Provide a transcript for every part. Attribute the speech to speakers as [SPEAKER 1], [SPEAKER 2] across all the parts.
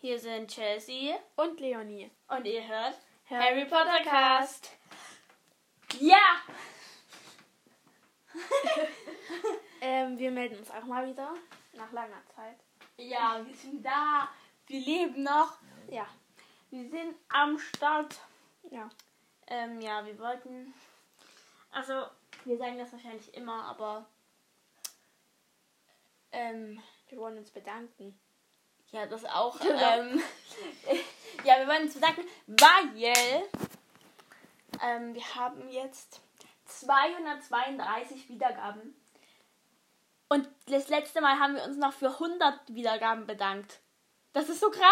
[SPEAKER 1] Hier sind Chelsea
[SPEAKER 2] Und Leonie.
[SPEAKER 1] und ihr hört
[SPEAKER 2] Harry
[SPEAKER 1] Potter Cast. Ja!
[SPEAKER 2] Ähm, wir melden uns auch mal wieder. Nach langer Zeit.
[SPEAKER 1] Ja, wir sind da. Wir leben noch.
[SPEAKER 2] Ja.
[SPEAKER 1] Wir sind am Start.
[SPEAKER 2] Ja.
[SPEAKER 1] Ähm, ja, wir wollten. Also, wir sagen das wahrscheinlich immer, aber. Ähm,
[SPEAKER 2] Wir wollen uns bedanken.
[SPEAKER 1] ja, das auch.
[SPEAKER 2] Genau.
[SPEAKER 1] Ähm, ja, wir wollen uns bedanken, weil. Ähm, wir haben jetzt 232 Wiedergaben. Und das letzte Mal haben wir uns noch für 100 Wiedergaben bedankt. Das ist so krass.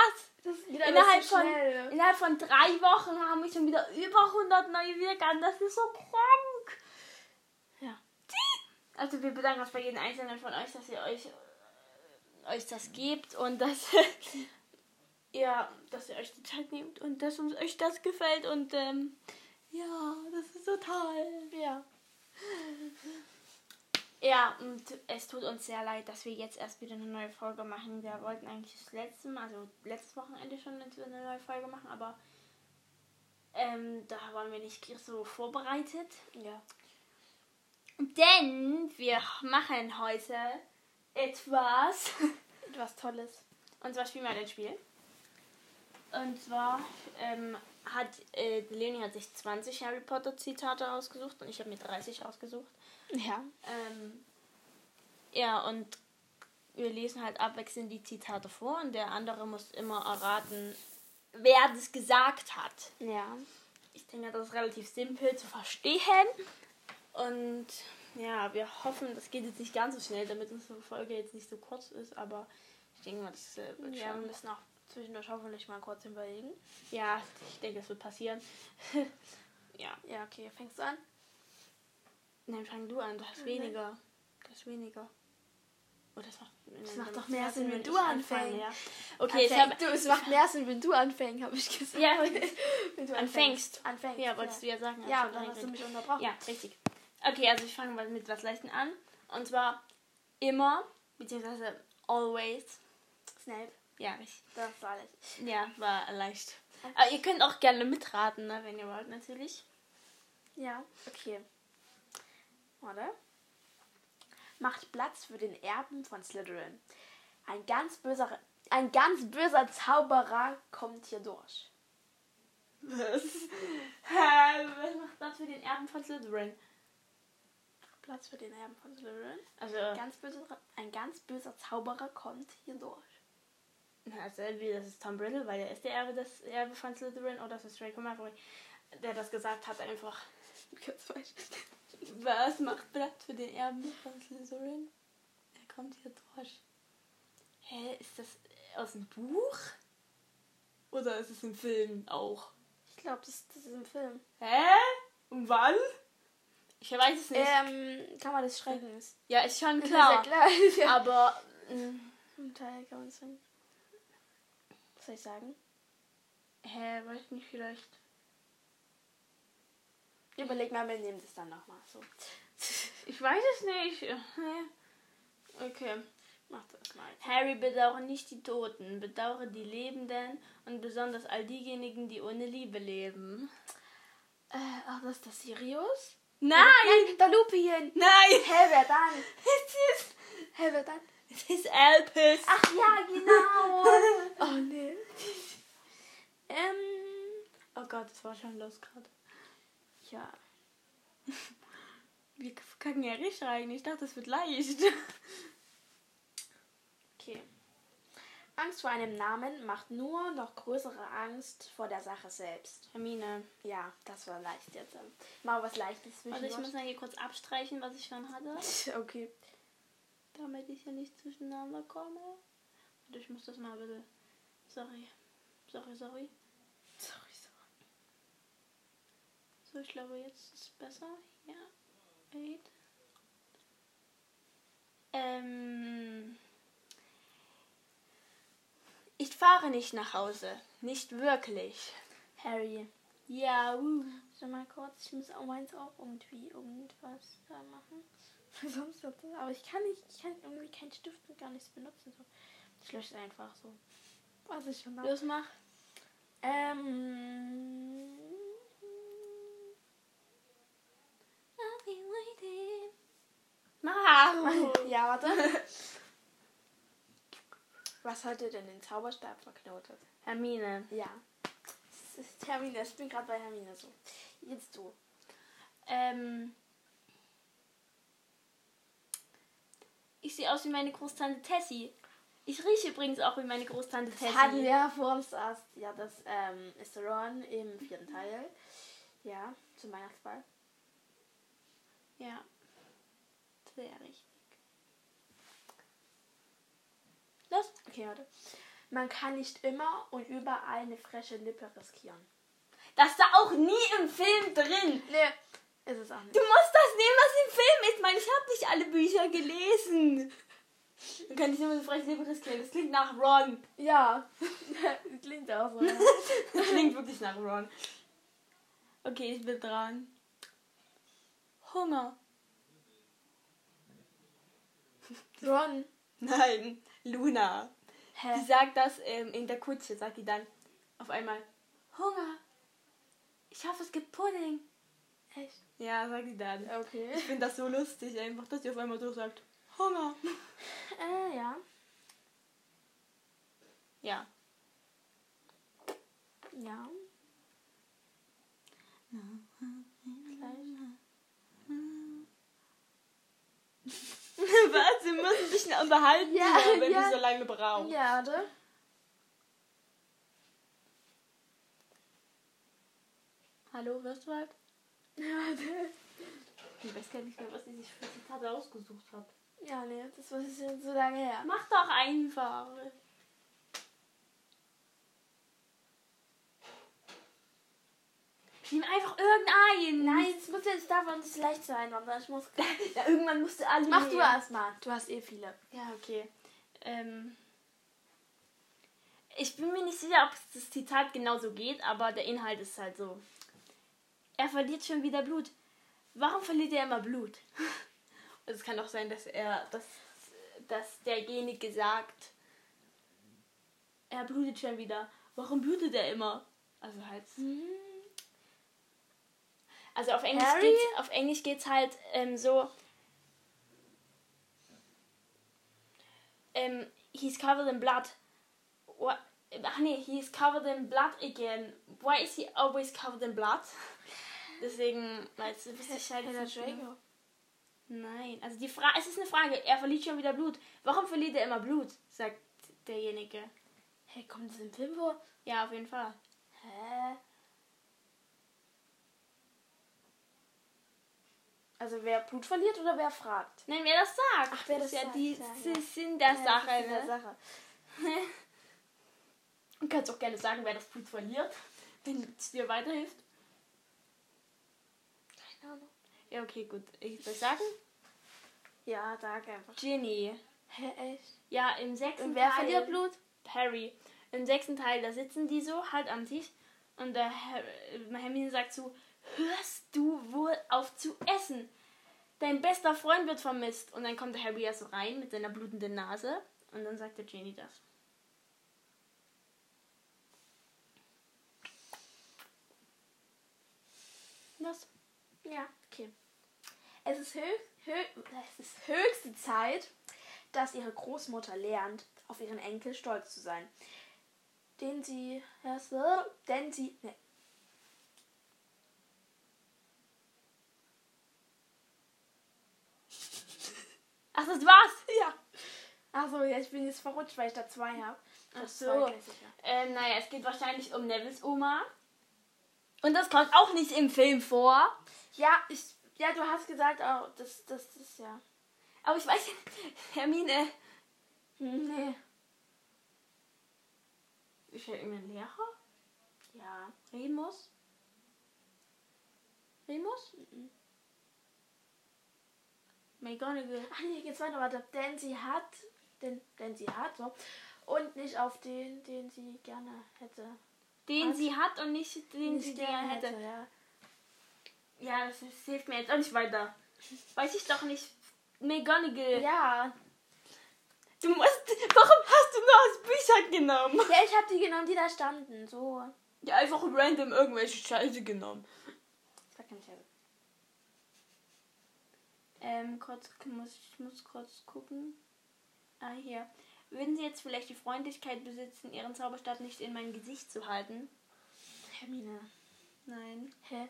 [SPEAKER 2] Das ist wieder
[SPEAKER 1] Innerhalb von-
[SPEAKER 2] schnell.
[SPEAKER 1] Innerhalb von drei Wochen haben wir schon wieder über 100 neue Wiedergaben. Das ist so krank.
[SPEAKER 2] Ja.
[SPEAKER 1] Also wir bedanken uns bei jedem Einzelnen von euch, dass ihr euch, äh, euch das gebt und dass ihr, dass ihr euch die Zeit nehmt und dass uns euch das gefällt und ähm, ja, das ist so toll.
[SPEAKER 2] Ja.
[SPEAKER 1] Ja, und es tut uns sehr leid, dass wir jetzt erst wieder eine neue Folge machen. Wir wollten eigentlich das letzte Mal, also letztes Wochenende schon eine neue Folge machen, aber ähm, da waren wir nicht so vorbereitet.
[SPEAKER 2] Ja.
[SPEAKER 1] Denn wir machen heute etwas.
[SPEAKER 2] Etwas Tolles.
[SPEAKER 1] Und zwar spielen wir ein Spiel. Und zwar ähm, hat äh, Leonie hat sich 20 Harry Potter Zitate ausgesucht und ich habe mir 30 ausgesucht.
[SPEAKER 2] Ja.
[SPEAKER 1] Ähm, ja, und wir lesen halt abwechselnd die Zitate vor und der andere muss immer erraten, wer das gesagt hat.
[SPEAKER 2] Ja.
[SPEAKER 1] Ich denke, das ist relativ simpel zu verstehen. Und ja, wir hoffen, das geht jetzt nicht ganz so schnell, damit unsere Folge jetzt nicht so kurz ist, aber ich denke mal, das äh, wird
[SPEAKER 2] Ja, wir
[SPEAKER 1] schon.
[SPEAKER 2] müssen auch zwischendurch hoffentlich mal kurz überlegen.
[SPEAKER 1] Ja, ich denke, das wird passieren. ja.
[SPEAKER 2] Ja, okay. Fängst du an?
[SPEAKER 1] Nein, fang du an, du hast weniger. Du hast weniger. Oh, das macht,
[SPEAKER 2] Das
[SPEAKER 1] nein,
[SPEAKER 2] macht
[SPEAKER 1] dann
[SPEAKER 2] doch
[SPEAKER 1] macht
[SPEAKER 2] mehr
[SPEAKER 1] das
[SPEAKER 2] Sinn, wenn
[SPEAKER 1] ich
[SPEAKER 2] du
[SPEAKER 1] anfange,
[SPEAKER 2] anfängst.
[SPEAKER 1] Ja. Okay, ich habe.
[SPEAKER 2] du, es macht mehr Sinn, wenn du anfängst, habe ich gesagt.
[SPEAKER 1] Ja,
[SPEAKER 2] Wenn du
[SPEAKER 1] Anfängst.
[SPEAKER 2] Anfängst.
[SPEAKER 1] ja, wolltest du ja sagen.
[SPEAKER 2] ja.
[SPEAKER 1] als
[SPEAKER 2] Ja,
[SPEAKER 1] ich schon
[SPEAKER 2] dann hast du
[SPEAKER 1] reingeredet
[SPEAKER 2] mich unterbrochen.
[SPEAKER 1] Ja, richtig. Okay, also ich fange mal mit was Leichten an. Und zwar immer, beziehungsweise always.
[SPEAKER 2] Snape.
[SPEAKER 1] Ja, richtig.
[SPEAKER 2] Das war alles.
[SPEAKER 1] Ja, war leicht. Aber ihr könnt auch gerne mitraten, ne, wenn ihr wollt, natürlich.
[SPEAKER 2] Ja, okay. Warte. Macht Platz für den Erben von Slytherin. Ein ganz böser, ein ganz böser Zauberer kommt hier durch.
[SPEAKER 1] Was? Hä, was macht das für den Erben von Slytherin?
[SPEAKER 2] Platz für den Erben von Slytherin.
[SPEAKER 1] Also,
[SPEAKER 2] Ganz böser, ein ganz böser Zauberer kommt hier durch.
[SPEAKER 1] also entweder das ist Tom Riddle, weil er ist der Erbe, des Erbe von Slytherin, oder das ist Draco Malfoy, der das gesagt hat einfach.
[SPEAKER 2] Ganz falsch.
[SPEAKER 1] Was macht Platz für den Erben von Slytherin? Er kommt hier durch. Hä, ist das aus dem Buch? Oder ist es im Film auch?
[SPEAKER 2] Ich glaube, das, das ist im Film.
[SPEAKER 1] Hä? Und wann? Ich weiß es nicht.
[SPEAKER 2] Ähm, Kammer des Schreckens.
[SPEAKER 1] ja, ist schon klar.
[SPEAKER 2] Das ist ja klar. Ja.
[SPEAKER 1] Aber hm, mh,
[SPEAKER 2] Ein Teil Kammer des Schreckens. Was soll ich sagen?
[SPEAKER 1] hä, weiß nicht vielleicht.
[SPEAKER 2] Überleg mal, wir nehmen das dann nochmal. So.
[SPEAKER 1] Ich weiß es nicht. Hä? Okay.
[SPEAKER 2] Mach das mal.
[SPEAKER 1] Harry bedauere nicht die Toten, bedauere die Lebenden und besonders all diejenigen, die ohne Liebe leben.
[SPEAKER 2] Äh, ach, das ist der Sirius?
[SPEAKER 1] Nein!
[SPEAKER 2] Der Lupien!
[SPEAKER 1] Nein!
[SPEAKER 2] Hä, wer dann?
[SPEAKER 1] Es ist,
[SPEAKER 2] Hä, wer dann?
[SPEAKER 1] es ist Elpis.
[SPEAKER 2] Ach ja, genau! oh nee. Ähm.
[SPEAKER 1] Oh Gott, das war schon los gerade.
[SPEAKER 2] Ja.
[SPEAKER 1] Wir kacken ja richtig rein. Ich dachte, das wird leicht.
[SPEAKER 2] Okay. Angst vor einem Namen macht nur noch größere Angst vor der Sache selbst.
[SPEAKER 1] Hermine.
[SPEAKER 2] Ja, das war leicht jetzt. Mal was Leichtes
[SPEAKER 1] Also ich muss
[SPEAKER 2] zwischendurch.
[SPEAKER 1] mal hier kurz abstreichen, was ich schon hatte.
[SPEAKER 2] Okay.
[SPEAKER 1] Damit ich hier nicht zueinander komme. Und ich muss das mal bitte. Sorry. Sorry, sorry.
[SPEAKER 2] Sorry, sorry.
[SPEAKER 1] So, ich glaube, jetzt ist es besser. Ja. Wait. Ähm. Ich fahre nicht nach Hause. Nicht wirklich.
[SPEAKER 2] Harry.
[SPEAKER 1] Ja, uh.
[SPEAKER 2] Warte mal kurz, ich muss auch meins auch irgendwie irgendwas da machen. Sonst hat das- aber ich kann nicht, ich kann irgendwie keinen Stift und gar nichts benutzen. So. Ich lösche es einfach so. Weiß ich schon noch.
[SPEAKER 1] Los, mach.
[SPEAKER 2] Ähm. I'll be waiting.
[SPEAKER 1] Mach.
[SPEAKER 2] Ja, warte. Was hatte denn den Zauberstab verknotet?
[SPEAKER 1] Hermine.
[SPEAKER 2] Ja. Es ist Hermine. Ich bin gerade bei Hermine so. Jetzt du.
[SPEAKER 1] Ähm. Ich sehe aus wie meine Großtante Tessie. Ich rieche übrigens auch wie meine Großtante
[SPEAKER 2] Das
[SPEAKER 1] Tessie.
[SPEAKER 2] hatten wir ja vor uns erst. Ja, das ähm, ist Ron im vierten Teil. Ja, zum Weihnachtsball.
[SPEAKER 1] Ja. Sehr richtig.
[SPEAKER 2] Los. Okay, warte. Man kann nicht immer und überall eine frische Lippe riskieren.
[SPEAKER 1] Das ist da auch nie im Film drin.
[SPEAKER 2] Nee, ist es auch
[SPEAKER 1] Du
[SPEAKER 2] nicht.
[SPEAKER 1] musst das nehmen, was im Film ist. Mann, ich habe nicht alle Bücher gelesen. Du kannst nicht immer so frech Leben riskieren. Das klingt nach Ron.
[SPEAKER 2] Ja, klingt auch so. ja.
[SPEAKER 1] Das klingt wirklich nach Ron. Okay, ich bin dran. Hunger.
[SPEAKER 2] Ron.
[SPEAKER 1] Nein, Luna.
[SPEAKER 2] Hä?
[SPEAKER 1] Die sagt das ähm, in der Kutsche, sagt die dann auf einmal. Hunger. Ich hoffe, es gibt Pudding.
[SPEAKER 2] Echt?
[SPEAKER 1] Ja, sagt die dann.
[SPEAKER 2] Okay.
[SPEAKER 1] Ich finde das so lustig einfach, dass sie auf einmal so sagt. Hunger.
[SPEAKER 2] Äh, ja.
[SPEAKER 1] Ja.
[SPEAKER 2] Ja. Vielleicht.
[SPEAKER 1] Was? Wir müssen ein bisschen unterhalten,
[SPEAKER 2] Ja,
[SPEAKER 1] hier, wenn
[SPEAKER 2] ja.
[SPEAKER 1] wir so lange brauchen.
[SPEAKER 2] Ja, oder?
[SPEAKER 1] Hallo, wirst du halt?
[SPEAKER 2] Warte.
[SPEAKER 1] Ich weiß gar nicht mehr, was sie sich für Zitate ausgesucht hat.
[SPEAKER 2] Ja, nee, das war schon so lange her.
[SPEAKER 1] Mach doch einfach. Nimm einfach irgendeinen.
[SPEAKER 2] Nein, es muss jetzt davon nicht leicht sein, aber ich muss.
[SPEAKER 1] Ja, irgendwann musst du alle.
[SPEAKER 2] Mach du
[SPEAKER 1] nehmen.
[SPEAKER 2] erstmal. Du hast eh viele.
[SPEAKER 1] Ja, okay. Ähm, ich bin mir nicht sicher, ob es das Zitat genauso geht, aber der Inhalt ist halt so. Er verliert schon wieder Blut. Warum verliert er immer Blut? Und es kann auch sein, dass er, dass, dass derjenige sagt, er blutet schon wieder. Warum blutet er immer? Also halt. Also auf Englisch
[SPEAKER 2] Harry?
[SPEAKER 1] geht's, auf Englisch geht's halt ähm, so. Ähm, he's covered in blood. What? Ach nee, he's covered in blood again. Why is he always covered in blood? Deswegen, weißt du, wüsste ich halt
[SPEAKER 2] Helena
[SPEAKER 1] nicht genau.
[SPEAKER 2] Draco.
[SPEAKER 1] Nein, also die Frage, es ist eine Frage. Er verliert schon wieder Blut. Warum verliert er immer Blut? Sagt derjenige.
[SPEAKER 2] Hey, kommt das im Film vor?
[SPEAKER 1] Ja, auf jeden Fall.
[SPEAKER 2] Hä? Also wer Blut verliert oder wer fragt?
[SPEAKER 1] Nein, wer das sagt.
[SPEAKER 2] Ach, wer
[SPEAKER 1] Das ist
[SPEAKER 2] das
[SPEAKER 1] ja
[SPEAKER 2] sagt,
[SPEAKER 1] die
[SPEAKER 2] ja, ja.
[SPEAKER 1] Sin- Sinn der Sache.
[SPEAKER 2] Ja, das
[SPEAKER 1] ne?
[SPEAKER 2] ist in der Sache.
[SPEAKER 1] Du kannst auch gerne sagen, wer das Blut verliert, wenn es dir weiterhilft.
[SPEAKER 2] Keine Ahnung.
[SPEAKER 1] Ja, okay, gut. Ich soll ich sagen?
[SPEAKER 2] Ja, sag einfach.
[SPEAKER 1] Ginny.
[SPEAKER 2] Hä, echt?
[SPEAKER 1] Ja, im sechsten
[SPEAKER 2] Und wer
[SPEAKER 1] Teil.
[SPEAKER 2] verliert Blut?
[SPEAKER 1] Harry. Im sechsten Teil, da sitzen die so halt am Tisch und der Her äh, Hermine sagt so, hörst du wohl auf zu essen? Dein bester Freund wird vermisst. Und dann kommt der Harry ja so rein mit seiner blutenden Nase und dann sagt der Ginny das. Das.
[SPEAKER 2] Ja, okay. Es ist, höch, hö- es ist höchste Zeit, dass ihre Großmutter lernt, auf ihren Enkel stolz zu sein. Den sie. ja, so- Denn sie. Ne.
[SPEAKER 1] Ach, das war's.
[SPEAKER 2] Ja. Achso, ja, ich bin jetzt verrutscht, weil ich da zwei habe.
[SPEAKER 1] Ach so.
[SPEAKER 2] ja.
[SPEAKER 1] Ähm, naja, es geht wahrscheinlich um Nevils Oma. Und das kommt auch nicht im Film vor.
[SPEAKER 2] ja, ich. Ja, du hast gesagt, oh, das, das, das, ja.
[SPEAKER 1] Aber ich weiß, Hermine.
[SPEAKER 2] Hm, Nee.
[SPEAKER 1] Ist ja irgendein Lehrer?
[SPEAKER 2] Ja.
[SPEAKER 1] Remus? Remus? Mhm. McGonagall.
[SPEAKER 2] Ach nee, geht's weiter, warte. Denn sie hat. Denn, denn sie hat, so. Und nicht auf den, den sie gerne hätte.
[SPEAKER 1] Den
[SPEAKER 2] Was?
[SPEAKER 1] sie hat und nicht den sie gerne hätte.
[SPEAKER 2] ja.
[SPEAKER 1] Ja, das, ist, hilft mir jetzt auch nicht weiter. Weiß ich doch nicht. McGonagall.
[SPEAKER 2] Ja,
[SPEAKER 1] Du musst. Warum hast du nur aus Büchern genommen.
[SPEAKER 2] Ja, ich habe die genommen, die da standen. So.
[SPEAKER 1] Ja, einfach random irgendwelche Scheiße genommen.
[SPEAKER 2] Das kann ich ja.
[SPEAKER 1] Ähm, kurz, muss, ich muss kurz gucken. Ah, hier. Würden Sie jetzt vielleicht die Freundlichkeit besitzen, Ihren Zauberstab nicht in mein Gesicht zu halten?
[SPEAKER 2] Hermine.
[SPEAKER 1] Nein.
[SPEAKER 2] Hä?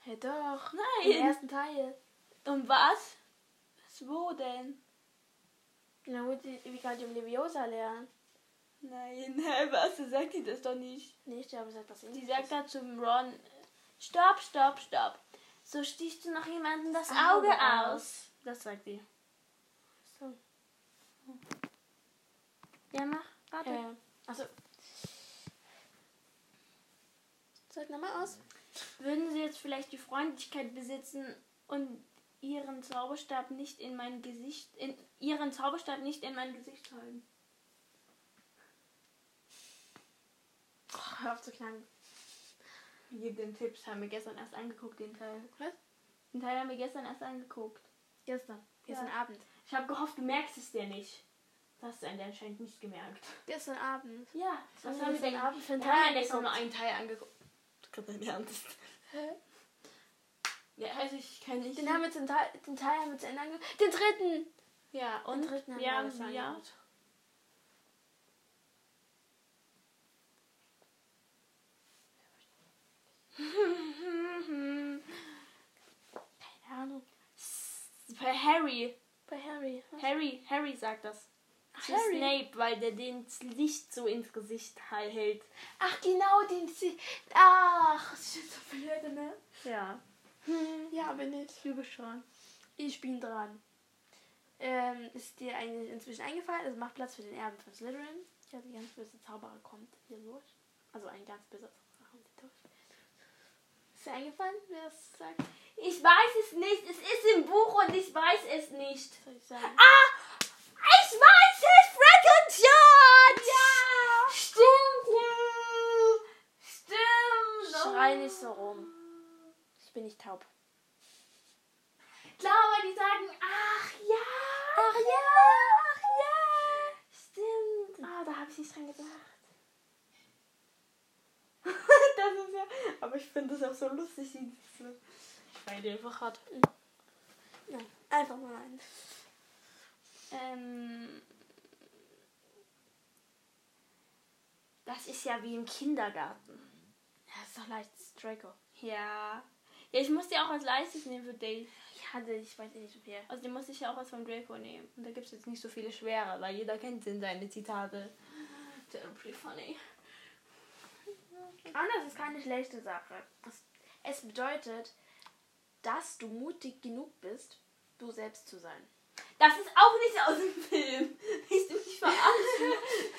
[SPEAKER 2] Hä, doch. Im
[SPEAKER 1] Nein!
[SPEAKER 2] ersten Teil.
[SPEAKER 1] Um was? Was wo denn?
[SPEAKER 2] Na gut, die- wie kann ich um Leviosa lernen?
[SPEAKER 1] Nein, hä, was? So Sagt die das doch nicht.
[SPEAKER 2] Nee, ich glaube, sie sagt das eh
[SPEAKER 1] Die
[SPEAKER 2] nicht.
[SPEAKER 1] sagt da zum Ron, stopp, stopp, stopp. So stichst du noch jemandem das Auge
[SPEAKER 2] Auge
[SPEAKER 1] aus. Das sagt die.
[SPEAKER 2] So.
[SPEAKER 1] Ja, mach, warte.
[SPEAKER 2] Äh, also. Sag nochmal aus.
[SPEAKER 1] Würden Sie jetzt vielleicht die Freundlichkeit besitzen und Ihren Zauberstab nicht in mein Gesicht, in Ihren Zauberstab nicht in mein Gesicht halten?
[SPEAKER 2] Oh, hör auf zu knacken.
[SPEAKER 1] Hier den Tipps haben wir gestern erst angeguckt, den Teil.
[SPEAKER 2] Was?
[SPEAKER 1] Den Teil haben wir gestern erst angeguckt.
[SPEAKER 2] Gestern. Gestern
[SPEAKER 1] Ja.
[SPEAKER 2] Abend.
[SPEAKER 1] Ich habe gehofft, du merkst es dir nicht. Das hast du anscheinend nicht gemerkt.
[SPEAKER 2] Gestern Abend.
[SPEAKER 1] Ja,
[SPEAKER 2] haben
[SPEAKER 1] was haben
[SPEAKER 2] wir
[SPEAKER 1] wir
[SPEAKER 2] gestern
[SPEAKER 1] denn?
[SPEAKER 2] Abend für einen
[SPEAKER 1] Wir haben
[SPEAKER 2] Teil
[SPEAKER 1] ja ne. gestern nur
[SPEAKER 2] angeguckt?
[SPEAKER 1] einen Teil angeguckt. Ich glaube, dein Ernst.
[SPEAKER 2] Hä?
[SPEAKER 1] Ja, also ich kann nicht.
[SPEAKER 2] Den haben wir zum Teil, den Teil haben wir zu Ende angeguckt. Den dritten!
[SPEAKER 1] ja, und
[SPEAKER 2] Den dritten haben
[SPEAKER 1] wir
[SPEAKER 2] wir
[SPEAKER 1] haben
[SPEAKER 2] alles
[SPEAKER 1] ja.
[SPEAKER 2] angeguckt. Keine Ahnung.
[SPEAKER 1] Bei Harry.
[SPEAKER 2] Bei Harry. Was?
[SPEAKER 1] Harry, Harry sagt das.
[SPEAKER 2] Ach,
[SPEAKER 1] Zu Snape, weil der den das Licht so ins Gesicht hält.
[SPEAKER 2] Ach, genau, den sie. Ach, shit, so blöd, ne?
[SPEAKER 1] Ja.
[SPEAKER 2] Ja, bin Hm. ich.
[SPEAKER 1] Ich übe schon.
[SPEAKER 2] Ich bin dran. Ähm, ist dir eigentlich inzwischen eingefallen? Also mach Platz für den Erben von Slytherin. Ja, die ganz böse Zauberer kommt hier durch. Also ein ganz böser Zauberer kommt hier durch. Ist dir eingefallen, wer das sagt?
[SPEAKER 1] Ich weiß es nicht. Es ist im Buch und ich weiß es nicht.
[SPEAKER 2] Was soll ich sagen?
[SPEAKER 1] Ah! Ich weiß es! Fred und George! Ja! Stimmt! Ja. Stimmt!
[SPEAKER 2] Schrei nicht so rum. Ich bin nicht taub.
[SPEAKER 1] Ich glaube, die sagen, ach ja!
[SPEAKER 2] Ach ja!
[SPEAKER 1] Ach ja! Stimmt! Ah, da habe ich nicht dran gedacht. das ist ja. Aber ich finde das auch so lustig, wie die so. Ich weine einfach hart.
[SPEAKER 2] Nein, einfach mal nein.
[SPEAKER 1] Ähm. Das ist ja wie im Kindergarten.
[SPEAKER 2] Ja, ist doch leicht. Draco.
[SPEAKER 1] Ja. Ja, ich musste ja auch was Leichtes nehmen für Dave.
[SPEAKER 2] Ja, das- ich weiß eh nicht, ob er.
[SPEAKER 1] Also die musste ich ja auch was von Draco nehmen. Und da gibt es jetzt nicht so viele schwere, weil jeder kennt denn seine Zitate. Terribly funny.
[SPEAKER 2] Und das ist keine schlechte Sache. Es, es bedeutet, dass du mutig genug bist, du selbst zu sein.
[SPEAKER 1] Das ist auch nicht aus dem Film. Ich du mich verarschen?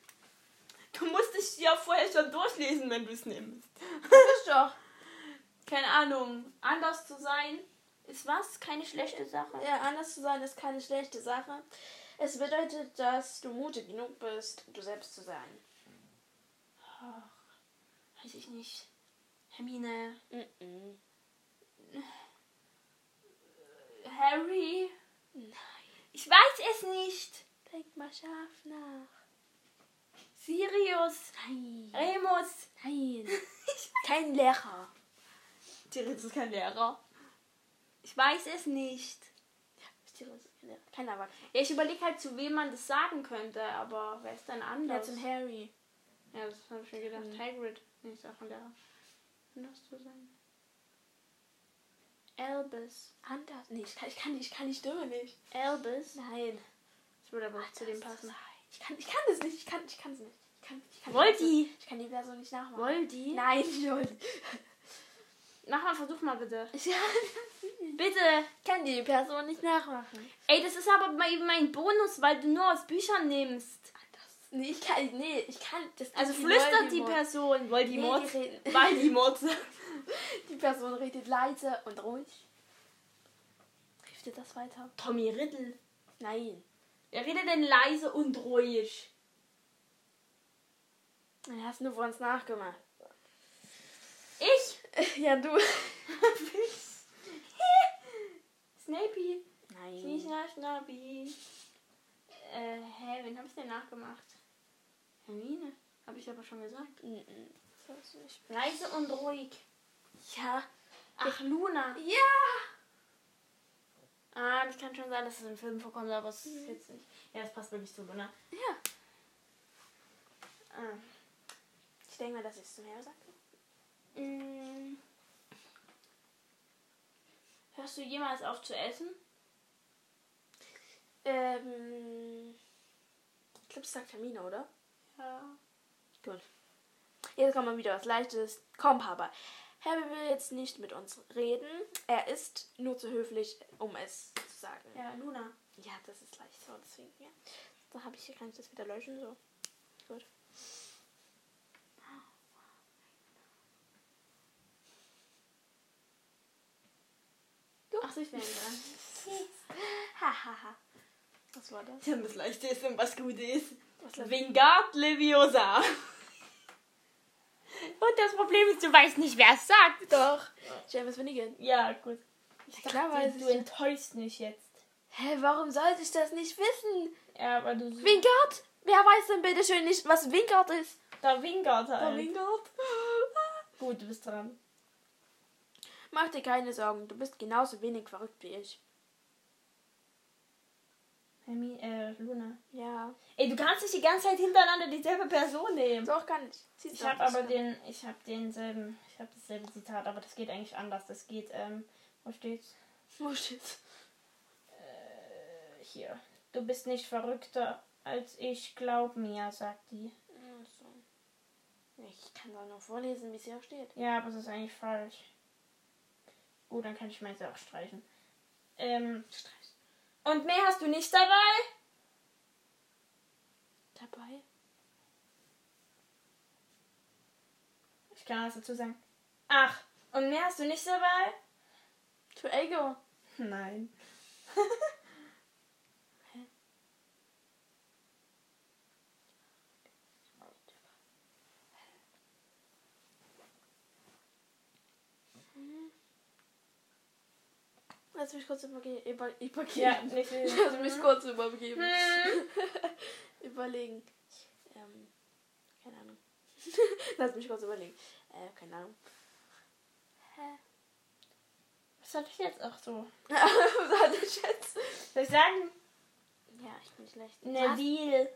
[SPEAKER 1] du musst es ja vorher schon durchlesen, wenn du es nimmst.
[SPEAKER 2] Bist doch.
[SPEAKER 1] Keine Ahnung. Anders zu sein ist was? Keine schlechte Sache.
[SPEAKER 2] Ja, anders zu sein ist keine schlechte Sache. Es bedeutet, dass du mutig genug bist, du selbst zu sein.
[SPEAKER 1] Ach, weiß ich nicht. Hermine.
[SPEAKER 2] Mhm.
[SPEAKER 1] Harry.
[SPEAKER 2] Nein.
[SPEAKER 1] Ich weiß es nicht.
[SPEAKER 2] Denk mal scharf nach.
[SPEAKER 1] Sirius.
[SPEAKER 2] Nein.
[SPEAKER 1] Remus.
[SPEAKER 2] Nein. Kein Lehrer.
[SPEAKER 1] Sirius ist kein Lehrer. Ich weiß es nicht.
[SPEAKER 2] Kein Erwachsener.
[SPEAKER 1] Ja, ich überlege halt, zu wem man das sagen könnte, aber wer ist denn
[SPEAKER 2] Ja,
[SPEAKER 1] anders?
[SPEAKER 2] zum Harry.
[SPEAKER 1] Ja, das habe ich mir gedacht.
[SPEAKER 2] Mhm.
[SPEAKER 1] Hagrid. Nee, ist auch ein Lehrer. Anders zu sein. Albus.
[SPEAKER 2] Anders. Nee, ich kann, ich kann, die- ich kann die Stimme nicht.
[SPEAKER 1] Albus.
[SPEAKER 2] Nein.
[SPEAKER 1] Das würde aber zu dem
[SPEAKER 2] Anders zu
[SPEAKER 1] passen.
[SPEAKER 2] sein. Ich kann, ich kann das nicht. Ich kann, ich kann es nicht. Ich kann, ich kann
[SPEAKER 1] Voldi.
[SPEAKER 2] Ich kann die Person nicht nachmachen.
[SPEAKER 1] Voldi?
[SPEAKER 2] Nein, Voldi.
[SPEAKER 1] Mach mal, versuch mal bitte.
[SPEAKER 2] Ich kann,
[SPEAKER 1] Bitte.
[SPEAKER 2] ich kann die Person nicht nachmachen.
[SPEAKER 1] Ey, das ist aber mein, mein Bonus, weil du nur aus Büchern nimmst.
[SPEAKER 2] Anders. Nee, ich kann, nee, ich kann das.
[SPEAKER 1] Also
[SPEAKER 2] das-
[SPEAKER 1] flüstert die
[SPEAKER 2] Voldemort.
[SPEAKER 1] Person. Voldemort.
[SPEAKER 2] Nee, die, reden-
[SPEAKER 1] Voldemort.
[SPEAKER 2] die Person redet leise und ruhig. Hilft dir das weiter?
[SPEAKER 1] Tommy Riddle.
[SPEAKER 2] Nein.
[SPEAKER 1] Er redet denn leise und ruhig.
[SPEAKER 2] Du hast nur vor uns nachgemacht.
[SPEAKER 1] Ich?
[SPEAKER 2] Ja, du.
[SPEAKER 1] Snapey.
[SPEAKER 2] Nein.
[SPEAKER 1] Schnieschner, Schnappi. Äh, hä, wen hab ich denn nachgemacht? Hermine. Habe ich aber schon gesagt.
[SPEAKER 2] Mm,
[SPEAKER 1] Leise und ruhig.
[SPEAKER 2] Ja.
[SPEAKER 1] Ach, Luna.
[SPEAKER 2] Ja!
[SPEAKER 1] Ah, das kann schon sein, dass es im Film vorkommt, aber es
[SPEAKER 2] Mhm.
[SPEAKER 1] ist jetzt nicht. Ja, das passt wirklich zu Luna.
[SPEAKER 2] Ja.
[SPEAKER 1] Ah.
[SPEAKER 2] Ich denke mal, dass ich es zu mir sage.
[SPEAKER 1] Mm. Hörst du jemals auf zu essen?
[SPEAKER 2] Ähm. Ich glaube, es sagt Hermine, oder?
[SPEAKER 1] Ja.
[SPEAKER 2] Gut. Jetzt kommt mal wieder was Leichtes. Komm, Papa. Harry will jetzt nicht mit uns reden. Er ist nur zu höflich, um es zu sagen.
[SPEAKER 1] Ja, Luna.
[SPEAKER 2] Ja, das ist leicht so, deswegen, ja. Da habe ich hier, kann ich das wieder löschen, so. Gut.
[SPEAKER 1] Ach so, ich bin dran.
[SPEAKER 2] Hahaha. Was war das?
[SPEAKER 1] Ja, das Leichte ist, wenn was gut ist.
[SPEAKER 2] Was war
[SPEAKER 1] Vingard Leviosa. Und das Problem ist, du weißt nicht, wer es sagt.
[SPEAKER 2] Doch. James Finnegan.
[SPEAKER 1] Ja, gut. Ich
[SPEAKER 2] Ja, klar weiß
[SPEAKER 1] du
[SPEAKER 2] ich.
[SPEAKER 1] enttäuschst mich jetzt.
[SPEAKER 2] Hä, warum sollte ich das nicht wissen?
[SPEAKER 1] Ja, aber du...
[SPEAKER 2] Wingard? Wer weiß denn bitte schön nicht, was Wingard ist?
[SPEAKER 1] da Wingard
[SPEAKER 2] Oh,
[SPEAKER 1] halt.
[SPEAKER 2] Wingard.
[SPEAKER 1] Gut, du bist dran.
[SPEAKER 2] Mach dir keine Sorgen, du bist genauso wenig verrückt wie ich.
[SPEAKER 1] Hermine, äh, Luna.
[SPEAKER 2] Ja.
[SPEAKER 1] Ey, du kannst nicht die ganze Zeit hintereinander dieselbe Person nehmen.
[SPEAKER 2] Doch, kann ich. Siehst
[SPEAKER 1] Ich
[SPEAKER 2] du,
[SPEAKER 1] habe
[SPEAKER 2] das
[SPEAKER 1] aber
[SPEAKER 2] kann-
[SPEAKER 1] den, ich habe denselben, ich habe dasselbe Zitat, aber das geht eigentlich anders. Das geht, ähm, wo steht's?
[SPEAKER 2] Wo steht's?
[SPEAKER 1] Äh, hier. Du bist nicht verrückter als ich, glaub mir, sagt die.
[SPEAKER 2] Ich kann doch nur vorlesen, wie es hier steht.
[SPEAKER 1] Ja, aber es ist eigentlich falsch. Gut, dann kann ich meins auch streichen. Ähm, und mehr hast du nicht dabei?
[SPEAKER 2] Dabei?
[SPEAKER 1] Ich kann was dazu sagen. Ach, und mehr hast du nicht dabei?
[SPEAKER 2] To Ego.
[SPEAKER 1] Nein.
[SPEAKER 2] Lass mich kurz überge über übergeben.
[SPEAKER 1] Ja, Mhm. nicht
[SPEAKER 2] Lass mich kurz übergeben.
[SPEAKER 1] Hm.
[SPEAKER 2] Überlegen. Ähm, keine Ahnung. Lass mich kurz überlegen. Äh, keine Ahnung. Hä?
[SPEAKER 1] Was hab ich jetzt auch so?
[SPEAKER 2] Was hatte ich jetzt?
[SPEAKER 1] Soll ich sagen?
[SPEAKER 2] Ja, ich bin schlecht.
[SPEAKER 1] Neville.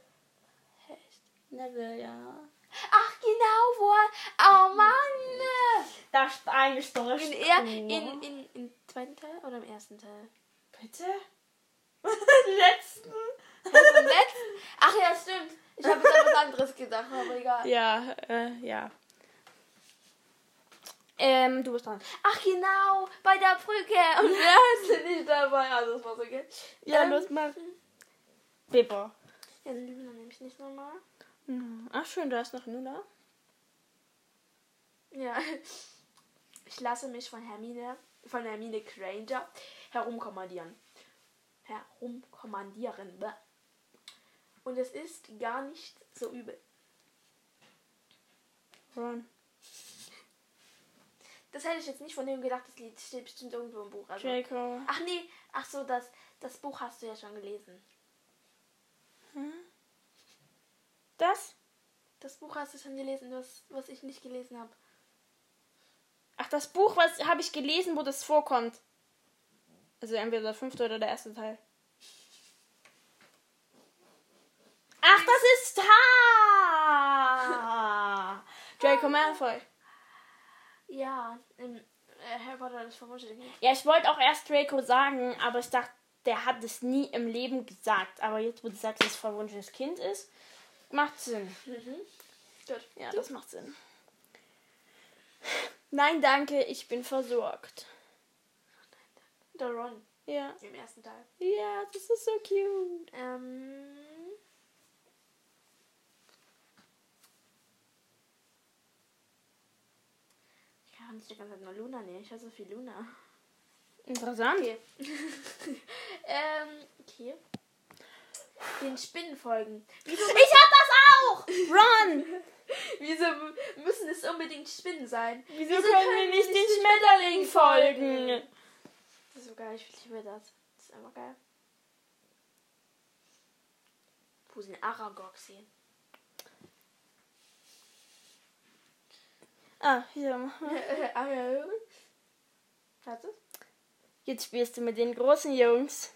[SPEAKER 2] Was? Echt?
[SPEAKER 1] Neville, ja.
[SPEAKER 2] Ach, genau, wo er... Oh, Mann!
[SPEAKER 1] Da ist Oh. eingestochen.
[SPEAKER 2] In, er, in, in, Im zweiten Teil oder im ersten Teil?
[SPEAKER 1] Bitte? Letzten?
[SPEAKER 2] Also im letzten? Ach ja, stimmt. Ich habe jetzt an was anderes gedacht, aber egal.
[SPEAKER 1] Ja, äh, ja. Ähm, du bist dran.
[SPEAKER 2] Ach genau, bei der Brücke. Und wer ist denn nicht dabei? Also das war so geil.
[SPEAKER 1] Ja,
[SPEAKER 2] Ähm,
[SPEAKER 1] los, mach. Bebo.
[SPEAKER 2] Ja, den Lügner nehme ich nicht nochmal.
[SPEAKER 1] Mhm. Ach schön, da ist noch Luna.
[SPEAKER 2] Ja. Ich lasse mich von Hermine, von Hermine Granger herumkommandieren. Herumkommandieren. bäh. Und es ist gar nicht so übel.
[SPEAKER 1] Ron.
[SPEAKER 2] Das hätte ich jetzt nicht von dem gedacht, das Lied steht bestimmt irgendwo im Buch. Also.
[SPEAKER 1] Draco.
[SPEAKER 2] Ach nee, ach so, das, das Buch hast du ja schon gelesen.
[SPEAKER 1] Das?
[SPEAKER 2] Das Buch hast du schon gelesen, das, was ich nicht gelesen habe.
[SPEAKER 1] Ach, das Buch, was habe ich gelesen, wo das vorkommt. Also entweder der fünfte oder der erste Teil. Ach, das ist Ha! Draco Malfoy.
[SPEAKER 2] Ja, im äh, Harry Potter das verwunschete Kind.
[SPEAKER 1] Ja, ich wollte auch erst Draco sagen, aber ich dachte, der hat es nie im Leben gesagt. Aber jetzt, wo du sagst, dass es verwunschenes Kind ist, macht Sinn.
[SPEAKER 2] Gut.
[SPEAKER 1] Ja, das macht Sinn. Nein, danke, ich bin versorgt.
[SPEAKER 2] Der Ron
[SPEAKER 1] Ja.
[SPEAKER 2] im ersten Teil.
[SPEAKER 1] Ja, das ist so cute.
[SPEAKER 2] Ähm. Ich kann nicht die ganze Zeit nur Luna nehmen. Ich habe so viel Luna.
[SPEAKER 1] Interessant.
[SPEAKER 2] Okay. ähm, okay. Den Spinnen folgen. Wieso,
[SPEAKER 1] Ich hab das auch! Ron!
[SPEAKER 2] wieso müssen es unbedingt Spinnen sein?
[SPEAKER 1] Wieso, können wir nicht den Schmetterling folgen?
[SPEAKER 2] Das ist so geil, ich liebe das. Das ist einfach geil. wo sie den Aragog sehen.
[SPEAKER 1] Ah, ja.
[SPEAKER 2] Hast du's?
[SPEAKER 1] Jetzt spielst du mit den großen Jungs.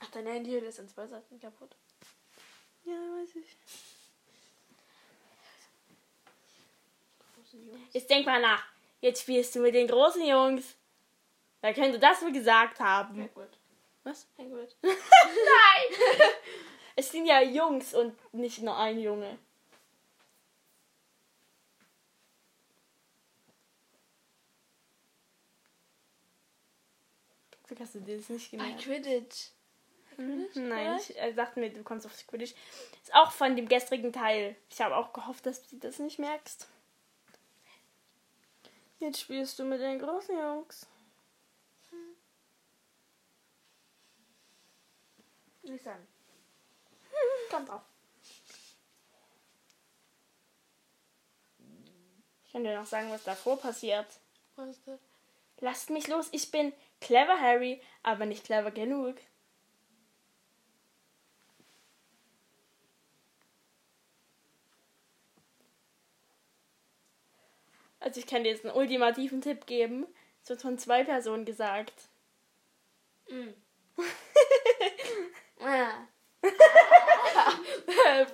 [SPEAKER 2] Ach, dein Handy ist in zwei Seiten kaputt.
[SPEAKER 1] Ja, weiß ich.
[SPEAKER 2] Große Jungs.
[SPEAKER 1] Jetzt denk mal nach. Jetzt spielst du mit den großen Jungs. Wer könnte das wohl gesagt haben?
[SPEAKER 2] Hagrid.
[SPEAKER 1] Was?
[SPEAKER 2] Hagrid.
[SPEAKER 1] Nein! es sind ja Jungs und nicht nur ein Junge. Hast du dir das nicht
[SPEAKER 2] Bei
[SPEAKER 1] gemerkt?
[SPEAKER 2] Quidditch.
[SPEAKER 1] Mhm. Nein, ich äh, dachte mir, du kommst auf Quidditch. Ist auch von dem gestrigen Teil. Ich habe auch gehofft, dass du das nicht merkst. Jetzt spielst du mit den großen Jungs.
[SPEAKER 2] Hm. Nicht sagen.
[SPEAKER 1] Hm.
[SPEAKER 2] Komm drauf.
[SPEAKER 1] Ich kann dir noch sagen, was davor passiert.
[SPEAKER 2] Was ist das?
[SPEAKER 1] Lasst mich los, ich bin clever Harry, aber nicht clever genug. Also ich kann dir jetzt einen ultimativen Tipp geben. Es wird von zwei Personen gesagt.
[SPEAKER 2] Mm. Ah.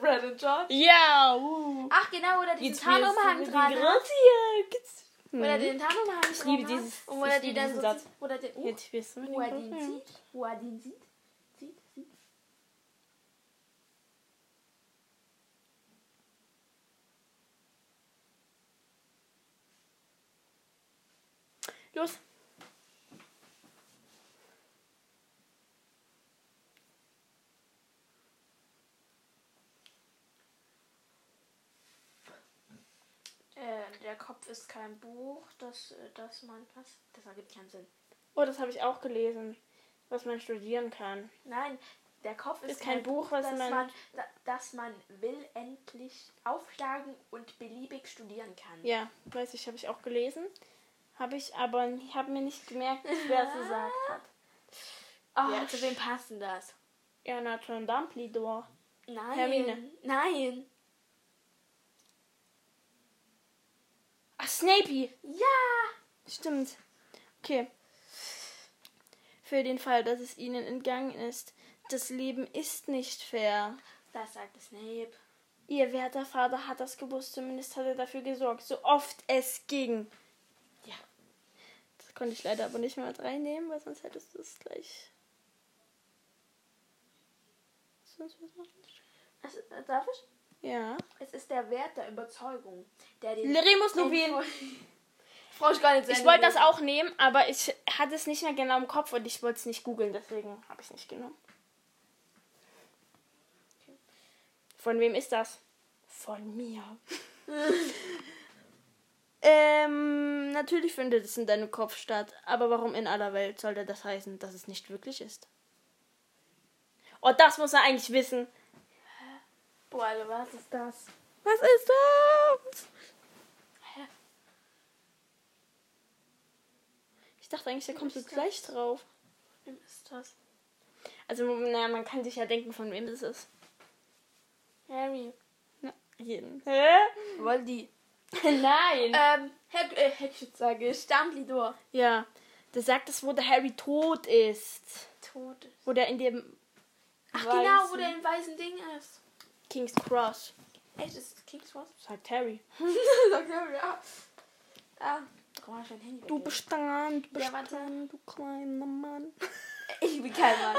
[SPEAKER 2] Brad und George.
[SPEAKER 1] Ja! Uh.
[SPEAKER 2] Ach genau, oder diesen
[SPEAKER 1] Jetzt spielst du
[SPEAKER 2] Tarnumhang
[SPEAKER 1] mit den
[SPEAKER 2] dran hat.
[SPEAKER 1] Grütziaks.
[SPEAKER 2] Oder
[SPEAKER 1] Mhm.
[SPEAKER 2] den Tarnumhang dran
[SPEAKER 1] Ich liebe
[SPEAKER 2] hat.
[SPEAKER 1] dieses-
[SPEAKER 2] Und wo er
[SPEAKER 1] ich
[SPEAKER 2] die
[SPEAKER 1] liebe
[SPEAKER 2] dann
[SPEAKER 1] diesen
[SPEAKER 2] so
[SPEAKER 1] Satz.
[SPEAKER 2] zieht. Oder den... Uh,
[SPEAKER 1] Jetzt spielst du mit
[SPEAKER 2] wo er
[SPEAKER 1] den
[SPEAKER 2] den
[SPEAKER 1] Grütziaks.
[SPEAKER 2] sieht. Wo er den sieht. Sieht, sieht.
[SPEAKER 1] Los!
[SPEAKER 2] Äh, der Kopf ist kein Buch, das, äh, das man... Was? Das ergibt keinen Sinn.
[SPEAKER 1] Oh, das habe ich auch gelesen, was man studieren kann.
[SPEAKER 2] Nein, der Kopf ist, halt
[SPEAKER 1] Ist kein Buch, was
[SPEAKER 2] dass
[SPEAKER 1] man-
[SPEAKER 2] da, dass man will endlich aufschlagen und beliebig studieren kann.
[SPEAKER 1] Ja, weiß ich, habe ich auch gelesen. Habe ich aber ich habe mir nicht gemerkt, wer es gesagt hat.
[SPEAKER 2] Oh,
[SPEAKER 1] Ja.
[SPEAKER 2] zu wem passt denn das?
[SPEAKER 1] Ja, na, schon Dumbledore.
[SPEAKER 2] Nein.
[SPEAKER 1] Hermine.
[SPEAKER 2] Nein.
[SPEAKER 1] Ach, Snape!
[SPEAKER 2] Ja.
[SPEAKER 1] Stimmt. Okay. Für den Fall, dass es ihnen entgangen ist. Das Leben ist nicht fair.
[SPEAKER 2] Das sagt Snape.
[SPEAKER 1] Ihr werter Vater hat das gewusst, zumindest hat er dafür gesorgt, so oft es ging.
[SPEAKER 2] Ja.
[SPEAKER 1] Das konnte ich leider aber nicht mehr mit reinnehmen, weil sonst hättest du es gleich. Sonst wär's noch-
[SPEAKER 2] Es, äh, darf ich?
[SPEAKER 1] Ja.
[SPEAKER 2] Es ist der Wert der Überzeugung, der den...
[SPEAKER 1] Remus
[SPEAKER 2] den-
[SPEAKER 1] Lupin.
[SPEAKER 2] Frau ich gar nicht
[SPEAKER 1] Ich wollte das auch nehmen, aber ich hatte es nicht mehr genau im Kopf und ich wollte es nicht googeln, deswegen habe ich es nicht genommen. Von wem ist das? Von mir. ähm, natürlich findet es in deinem Kopf statt, aber warum in aller Welt sollte das heißen, dass es nicht wirklich ist? Oh, das muss er eigentlich wissen.
[SPEAKER 2] Boah, Alter, was ist das?
[SPEAKER 1] Was ist das?
[SPEAKER 2] Hä?
[SPEAKER 1] Ich dachte eigentlich, da kommst du gleich drauf.
[SPEAKER 2] Wem ist das?
[SPEAKER 1] Also, naja, man kann sich ja denken, von wem das ist.
[SPEAKER 2] Harry.
[SPEAKER 1] Na, jeden. Hä?
[SPEAKER 2] Voldy.
[SPEAKER 1] Nein.
[SPEAKER 2] Ähm, Hag äh, Hagrid sage ich. Dumbledore.
[SPEAKER 1] ja, der sagt es, wo der Harry tot ist.
[SPEAKER 2] Tot.
[SPEAKER 1] Wo der in dem
[SPEAKER 2] Ach
[SPEAKER 1] Weißen-
[SPEAKER 2] genau, wo der im weißen Ding ist.
[SPEAKER 1] King's Cross
[SPEAKER 2] Echt, ist King's Cross?
[SPEAKER 1] sagt Harry.
[SPEAKER 2] Sag ja, ja. Ah, guck mal, mein Handy.
[SPEAKER 1] Du bestand,
[SPEAKER 2] Ja,
[SPEAKER 1] bestand,
[SPEAKER 2] warte.
[SPEAKER 1] du kleiner Mann.
[SPEAKER 2] Ich bin kein Mann.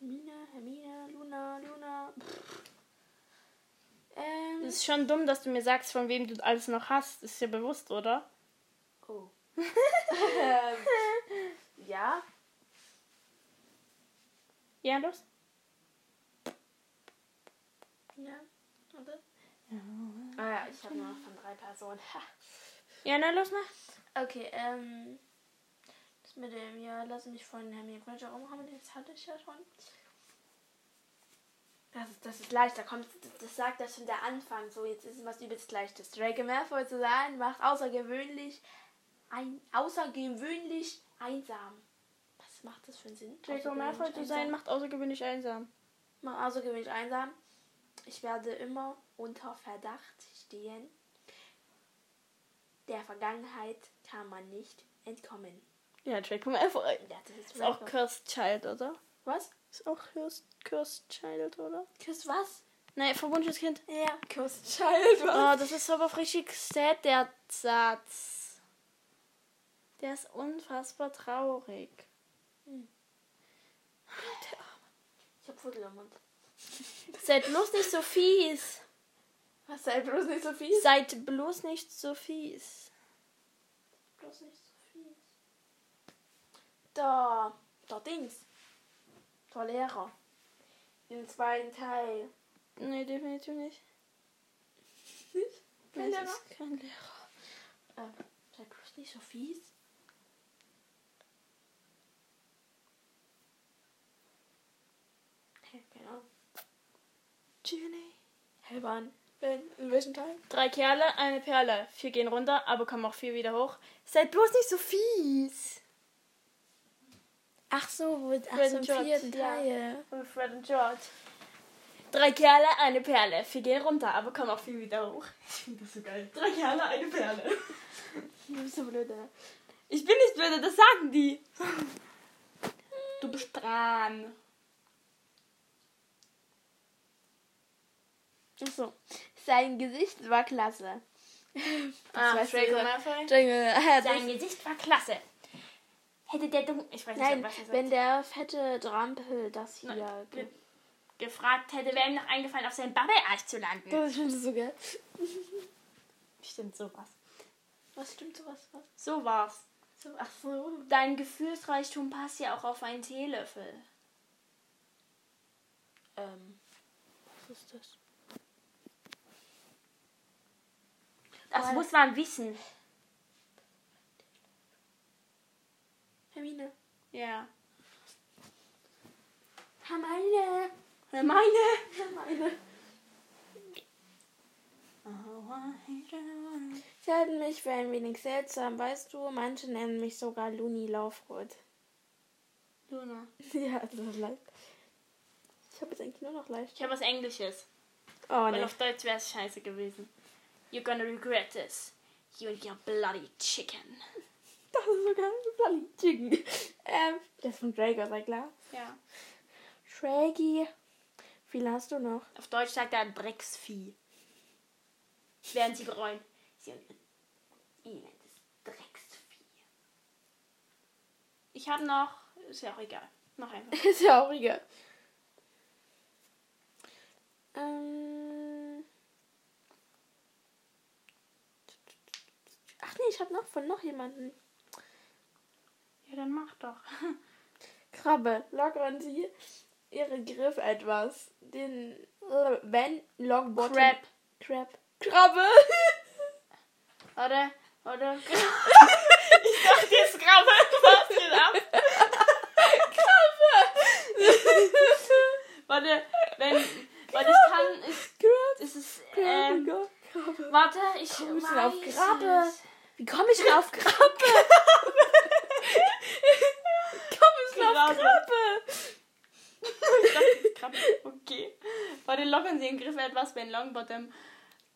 [SPEAKER 2] Mina, Hermine, Luna, Luna. Pff. Ähm.
[SPEAKER 1] Es ist schon dumm, dass du mir sagst, von wem du alles noch hast. Ist dir bewusst, oder?
[SPEAKER 2] Oh. ähm, ja.
[SPEAKER 1] Ja, los.
[SPEAKER 2] Ja. Warte. Ah ja, ich habe nur noch von drei Personen. Ha.
[SPEAKER 1] Ja, na los, mach.
[SPEAKER 2] Okay, ähm. Das mit dem, ja, lass mich von Hermine Granger umhaben, das hatte ich ja schon. Das ist, das ist leicht, da kommt, das sagt das schon der Anfang. So, jetzt ist es was übelst Leichtes. Draco Malfoy zu sein macht außergewöhnlich, ein, außergewöhnlich einsam. Was macht das für einen Sinn?
[SPEAKER 1] Draco Malfoy zu sein macht außergewöhnlich einsam.
[SPEAKER 2] macht außergewöhnlich also einsam. Ich werde immer unter Verdacht stehen. Der Vergangenheit kann man nicht entkommen.
[SPEAKER 1] Ja, Draco Malfoy.
[SPEAKER 2] Ja, das ist,
[SPEAKER 1] Ist auch
[SPEAKER 2] Malfoy.
[SPEAKER 1] Cursed Child, oder?
[SPEAKER 2] Was?
[SPEAKER 1] Ist auch Cursed, Cursed Child, oder?
[SPEAKER 2] Küss was?
[SPEAKER 1] Nein, verwunschenes Kind.
[SPEAKER 2] Ja. Küss Child
[SPEAKER 1] Oh, das ist aber richtig sad, der Satz. Der ist unfassbar traurig.
[SPEAKER 2] Ich hab Vogel im Mund.
[SPEAKER 1] Seid bloß nicht so fies.
[SPEAKER 2] Was sei bloß nicht so fies?
[SPEAKER 1] Seid bloß nicht so fies.
[SPEAKER 2] bloß nicht so fies. Da, da Dings. Der Lehrer. Im zweiten Teil.
[SPEAKER 1] Nee, definitiv nicht.
[SPEAKER 2] Nicht?
[SPEAKER 1] Nein,
[SPEAKER 2] Kein
[SPEAKER 1] das
[SPEAKER 2] Lehrer?
[SPEAKER 1] ist kein Lehrer.
[SPEAKER 2] Ähm, sei bloß nicht so fies. Hä, genau. keine Ahnung.
[SPEAKER 1] Julie.
[SPEAKER 2] Helban. Ben, in welchem Teil?
[SPEAKER 1] Drei Kerle, eine Perle. Vier gehen runter, aber kommen auch vier wieder hoch. Seid bloß nicht so fies.
[SPEAKER 3] Ach so, wo, ach
[SPEAKER 1] Fred
[SPEAKER 3] so im
[SPEAKER 1] und George,
[SPEAKER 3] vierten
[SPEAKER 1] ja.
[SPEAKER 3] Teil.
[SPEAKER 1] Von Fred und George. Drei Kerle, eine Perle. Vier gehen runter, aber kommen auch vier wieder hoch. Ich finde das so geil. Drei Kerle, eine Perle.
[SPEAKER 2] Du bist so blöd, ne?
[SPEAKER 1] Ich bin nicht blöde, das sagen die. Du bist dran.
[SPEAKER 2] Achso. Sein Gesicht war klasse.
[SPEAKER 1] Ah,
[SPEAKER 2] weißt du,
[SPEAKER 1] Draco
[SPEAKER 2] dieser-
[SPEAKER 1] Malfoy.
[SPEAKER 2] Junge, hat
[SPEAKER 1] Sein Gesicht war klasse. Hätte der dumm. Ich weiß
[SPEAKER 2] Nein,
[SPEAKER 1] nicht, was er sagt.
[SPEAKER 2] wenn der fette Drampel das hier.
[SPEAKER 1] Nein,
[SPEAKER 2] ge-
[SPEAKER 1] gefragt hätte, wäre ihm noch eingefallen, auf seinem Bubble-Arsch zu landen.
[SPEAKER 2] Das stimmt so, gell?
[SPEAKER 1] Stimmt, so war's.
[SPEAKER 2] Was stimmt sowas? Was?
[SPEAKER 1] So war's.
[SPEAKER 2] So, ach so.
[SPEAKER 1] Dein Gefühlsreichtum passt ja auch auf einen Teelöffel.
[SPEAKER 2] Ähm. Was ist das?
[SPEAKER 1] Das
[SPEAKER 2] Weil-
[SPEAKER 1] muss man wissen.
[SPEAKER 2] Hermine.
[SPEAKER 1] Ja.
[SPEAKER 2] Hermine.
[SPEAKER 1] Meine.
[SPEAKER 2] Hermine. Sie halten mich für ein wenig seltsam, weißt du? Manche nennen mich sogar Luni Laufrot.
[SPEAKER 1] Luna.
[SPEAKER 2] ja, das ist leicht. Ich habe jetzt eigentlich nur noch leicht.
[SPEAKER 1] Ich habe was Englisches.
[SPEAKER 2] Oh,
[SPEAKER 1] Weil
[SPEAKER 2] ne.
[SPEAKER 1] auf Deutsch wäre es scheiße gewesen. You're gonna regret this. You and your bloody chicken.
[SPEAKER 2] Das ist sogar Bloody Chicken. Ähm, das ist von Drago, sei klar.
[SPEAKER 1] Ja.
[SPEAKER 2] Shaggy. Wie viel hast du noch?
[SPEAKER 1] Auf Deutsch sagt er Drecksvieh. Werden sie bereuen. Sie und elendes Drecksvieh. Ich habe noch. Ist ja auch egal. Noch einfach.
[SPEAKER 2] ist ja auch egal. Ähm. Ach nee, ich habe noch von noch jemanden.
[SPEAKER 1] Ja, dann mach doch.
[SPEAKER 2] Krabbe, lockern Sie Ihre Griff etwas. Den äh, Ben Longbottom.
[SPEAKER 1] Crab.
[SPEAKER 2] Crab. Krabbe!
[SPEAKER 1] Oder? Oder? ich dachte jetzt Krabbe. Was denn ab? Warte, wenn. Weil ich kann. Ist,
[SPEAKER 2] Crab.
[SPEAKER 1] ist es.
[SPEAKER 2] Ähm,
[SPEAKER 1] Ähm, warte, ich.
[SPEAKER 2] wir müssen auf
[SPEAKER 1] weiß
[SPEAKER 2] Krabbe.
[SPEAKER 1] es.
[SPEAKER 2] Wie komme ich denn auf Krabbe? komme ich denn auf
[SPEAKER 1] Krabbe.
[SPEAKER 2] Krabbe?
[SPEAKER 1] Ich dachte, Krabbe. Okay. Warte, lockern Sie den Griff etwas, wenn Longbottom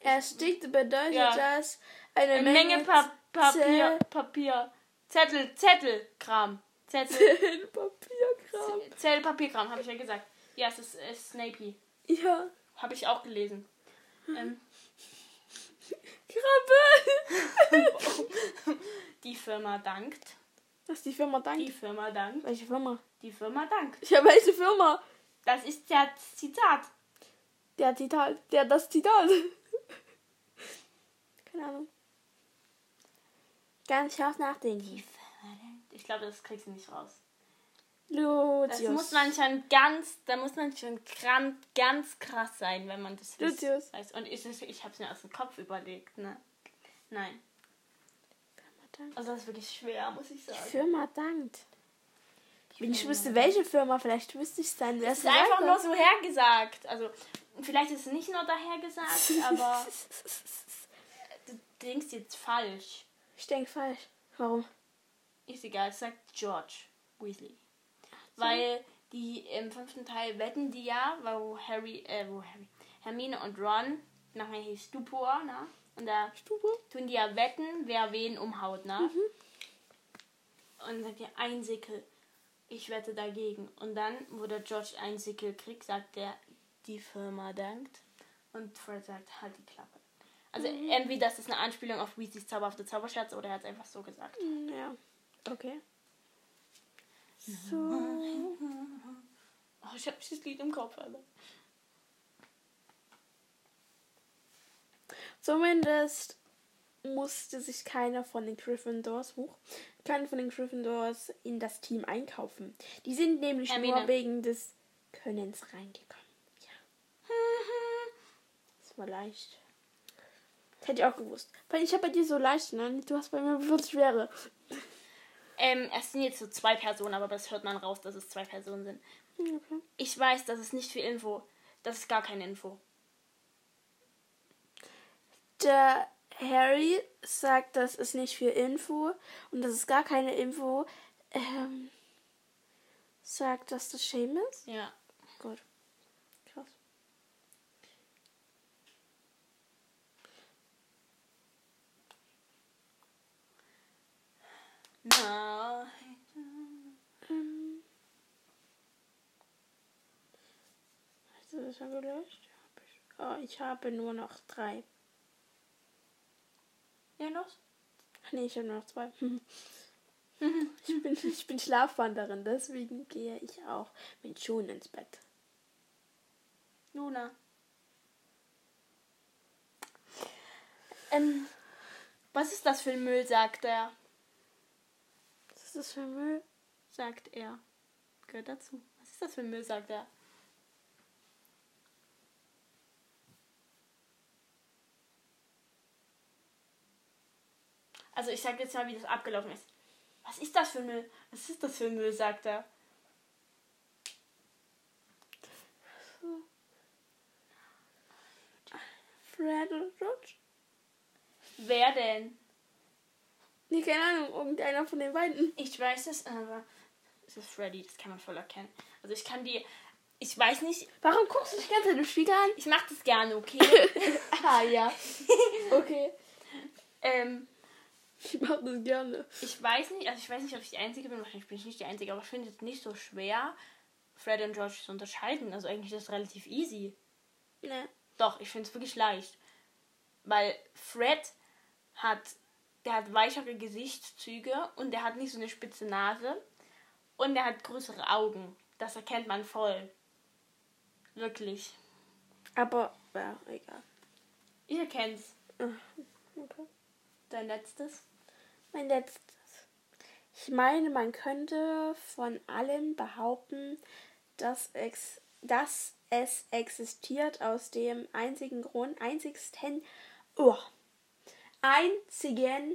[SPEAKER 2] Erstickt bedeutet
[SPEAKER 1] Ja.
[SPEAKER 2] das eine,
[SPEAKER 1] Eine Menge pa Papier, Papier, Zettel, Zettel, Kram. Zettel,
[SPEAKER 2] Zählen Papierkram.
[SPEAKER 1] Zettel, Papierkram, habe ich ja gesagt. Ja, es ist, äh, Snapey.
[SPEAKER 2] Ja.
[SPEAKER 1] Habe ich auch gelesen. Ähm,
[SPEAKER 2] Krabbe.
[SPEAKER 1] die Firma dankt.
[SPEAKER 2] Was die Firma
[SPEAKER 1] Die
[SPEAKER 2] dankt.
[SPEAKER 1] Firma dankt.
[SPEAKER 2] Welche Firma?
[SPEAKER 1] Die Firma dankt.
[SPEAKER 2] Ja, welche Firma?
[SPEAKER 1] Das ist der Zitat.
[SPEAKER 2] Der Zitat. Der das Zitat. Keine Ahnung. Ganz scharf nachdenken.
[SPEAKER 1] Ich glaube, das kriegst du nicht raus. Das
[SPEAKER 2] Lucius.
[SPEAKER 1] muss man schon ganz, da muss man schon kran, ganz krass sein, wenn man das wisst-
[SPEAKER 2] Lucius.
[SPEAKER 1] weiß. Und ich, ich habe es mir aus dem Kopf überlegt, ne? Nein.
[SPEAKER 2] dankt.
[SPEAKER 1] Also das ist wirklich schwer, muss ich
[SPEAKER 2] Die
[SPEAKER 1] sagen.
[SPEAKER 2] Firma dankt. Wenn ich wüsste, welche Firma, vielleicht wüsste ich es dann.
[SPEAKER 1] Es ist einfach nur so hergesagt. Also, vielleicht ist es nicht nur dahergesagt, aber du denkst jetzt falsch.
[SPEAKER 2] Ich denke falsch. Warum?
[SPEAKER 1] Ist egal, es sagt George Weasley. Weil die im fünften Teil wetten die ja, wo Harry, äh, wo Harry, Hermine und Ron, nachher hieß Stupor, ne? Und da tun die ja wetten, wer wen umhaut, ne? Und sagt ihr Einsickel, ich wette dagegen. Und dann, wo der George Einsickel kriegt, sagt er, die Firma dankt. Und Fred sagt, halt die Klappe. Also entweder das ist eine Anspielung auf Weasleys zauberhafte Zauberscherz oder er hat es einfach so gesagt.
[SPEAKER 2] Hm, Ja. Okay. Mhm. So.
[SPEAKER 1] Oh, ich hab dieses Lied im Kopf, Alter.
[SPEAKER 2] Zumindest musste sich keiner von den Gryffindors hoch, keiner von den Gryffindors in das Team einkaufen. Die sind nämlich nur
[SPEAKER 1] Hermine.
[SPEAKER 2] wegen des Könnens reingekommen. Ja. Das war leicht. Das hätte ich auch gewusst. Weil ich habe bei dir so leicht, ne? Du hast bei mir bloß schwere.
[SPEAKER 1] Ähm, es sind jetzt so zwei Personen, aber das hört man raus, dass es zwei Personen sind.
[SPEAKER 2] Okay.
[SPEAKER 1] Ich weiß, das ist nicht viel Info. Das ist gar keine Info.
[SPEAKER 2] Der Harry sagt, das ist nicht viel Info und das ist gar keine Info. Ähm, sagt, dass das Seamus?
[SPEAKER 1] Ja.
[SPEAKER 2] Gut. Krass.
[SPEAKER 1] Na.
[SPEAKER 2] Ähm. Hast du das schon gelöscht? Hab ich. Oh, ich habe nur noch drei.
[SPEAKER 1] Ja, los.
[SPEAKER 2] Ach nee, ich habe nur noch zwei. ich, bin, ich bin Schlafwanderin, deswegen gehe ich auch mit Schuhen ins Bett.
[SPEAKER 1] Luna. Ähm, was ist das für ein Müll, sagt er.
[SPEAKER 2] Was ist das für Müll?
[SPEAKER 1] Sagt er. Gehört dazu. Was ist das für ein Müll, sagt er. Also ich sag jetzt mal, wie das abgelaufen ist. Was ist das für ein Müll? Was ist das für ein Müll, sagt er.
[SPEAKER 2] Fred oder George?
[SPEAKER 1] Wer denn?
[SPEAKER 2] Nee, keine Ahnung, irgendeiner von den beiden.
[SPEAKER 1] Ich weiß es, aber es ist Freddy, das kann man voll erkennen. Also ich kann die. Ich weiß nicht,
[SPEAKER 2] Warum guckst du dich ganz in den Spiegel an?
[SPEAKER 1] ich mach das gerne, okay?
[SPEAKER 2] Ah ja. Okay.
[SPEAKER 1] ähm,
[SPEAKER 2] Ich mach das gerne.
[SPEAKER 1] ich weiß nicht, also ich weiß nicht, ob ich die Einzige bin, wahrscheinlich bin ich nicht die Einzige, aber ich finde es nicht so schwer, Fred und George zu unterscheiden. Also eigentlich ist das relativ easy.
[SPEAKER 2] Ne.
[SPEAKER 1] Doch, ich finde es wirklich leicht. Weil Fred hat, der hat weichere Gesichtszüge und der hat nicht so eine spitze Nase und der hat größere Augen. Das erkennt man voll. Wirklich.
[SPEAKER 2] Aber, ja, egal.
[SPEAKER 1] Ich erkenn's.
[SPEAKER 2] Okay.
[SPEAKER 1] Dein letztes?
[SPEAKER 2] Mein letztes. Ich meine, man könnte von allem behaupten, dass, ex dass es existiert aus dem einzigen Grund, einzigsten, oh, einzigen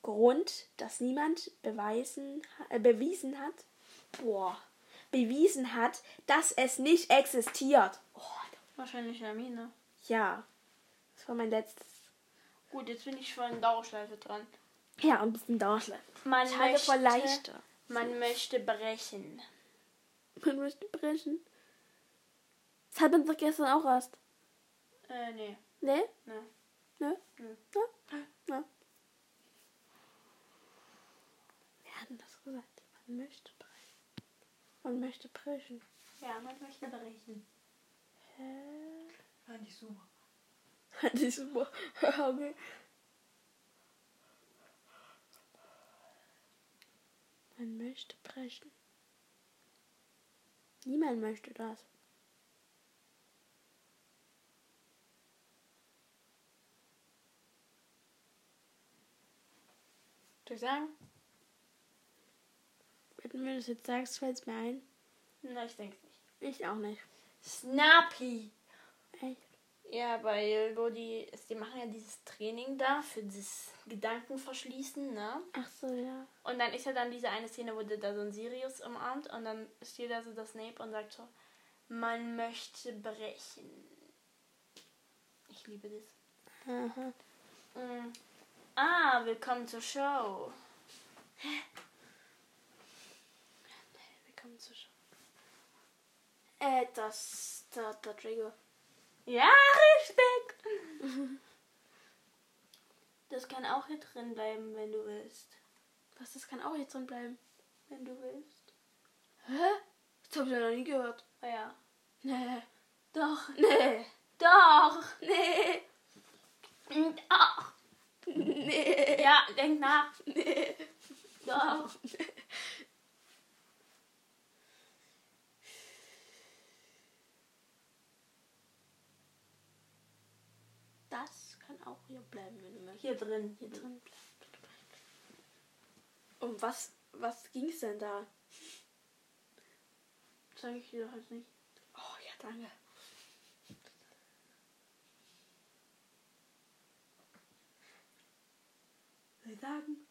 [SPEAKER 2] Grund, dass niemand beweisen, äh, bewiesen hat, boah, bewiesen hat, dass es nicht existiert. Oh,
[SPEAKER 1] Wahrscheinlich Hermine.
[SPEAKER 2] ja, das war mein letztes.
[SPEAKER 1] Gut, jetzt bin ich von Dauerschleife dran.
[SPEAKER 2] Ja, ein bisschen Dauerschleife.
[SPEAKER 1] Man
[SPEAKER 2] Ich halte vor leichter.
[SPEAKER 1] Man möchte brechen.
[SPEAKER 2] Man möchte brechen. Das hat man doch gestern auch erst.
[SPEAKER 1] Äh, nee.
[SPEAKER 2] Ne?
[SPEAKER 1] Ne.
[SPEAKER 2] Ne?
[SPEAKER 1] Ne.
[SPEAKER 2] Ne? Ne? Wir hatten das gesagt. Man möchte brechen. Man möchte brechen.
[SPEAKER 1] Ja, man möchte brechen.
[SPEAKER 2] Hä?
[SPEAKER 4] Fand ich super.
[SPEAKER 2] Hat die super. okay. Man möchte brechen. Niemand möchte das.
[SPEAKER 1] Soll ich sagen?
[SPEAKER 2] Wenn du mir das jetzt sagst, fällt es mir ein.
[SPEAKER 1] Na, ich denk's nicht.
[SPEAKER 2] Ich auch nicht.
[SPEAKER 1] Snappy.
[SPEAKER 2] Echt?
[SPEAKER 1] Ja, weil wo die, die machen ja dieses Training da für das Gedankenverschließen, ne?
[SPEAKER 3] Ach so, ja.
[SPEAKER 1] Und dann ist ja dann diese eine Szene, wo der da so ein Sirius umarmt und dann steht da so der Snape und sagt so, man möchte brechen. Ich liebe das.
[SPEAKER 3] Aha.
[SPEAKER 1] Mm. Ah, willkommen zur Show. Hä? Willkommen zur Show.
[SPEAKER 2] Äh, das. Der, der Drago.
[SPEAKER 1] Ja, richtig. Das kann auch hier drin bleiben, wenn du willst.
[SPEAKER 2] Was, das kann auch jetzt drin bleiben.
[SPEAKER 1] Wenn du willst.
[SPEAKER 2] Hä? Das hab ich ja noch nie gehört.
[SPEAKER 1] Oh ja.
[SPEAKER 2] Nee.
[SPEAKER 1] Doch.
[SPEAKER 2] Nee.
[SPEAKER 1] Doch.
[SPEAKER 2] Nee.
[SPEAKER 1] Doch.
[SPEAKER 2] Nee.
[SPEAKER 1] Ja, denk nach.
[SPEAKER 2] Nee.
[SPEAKER 1] Doch.
[SPEAKER 2] Das kann auch hier bleiben, wenn du möchtest.
[SPEAKER 1] Hier drin.
[SPEAKER 2] Hier drin bleiben. Um was, was ging's denn da?
[SPEAKER 1] Zeig ich dir doch jetzt nicht.
[SPEAKER 2] Oh ja, danke.
[SPEAKER 1] Soll ich sagen?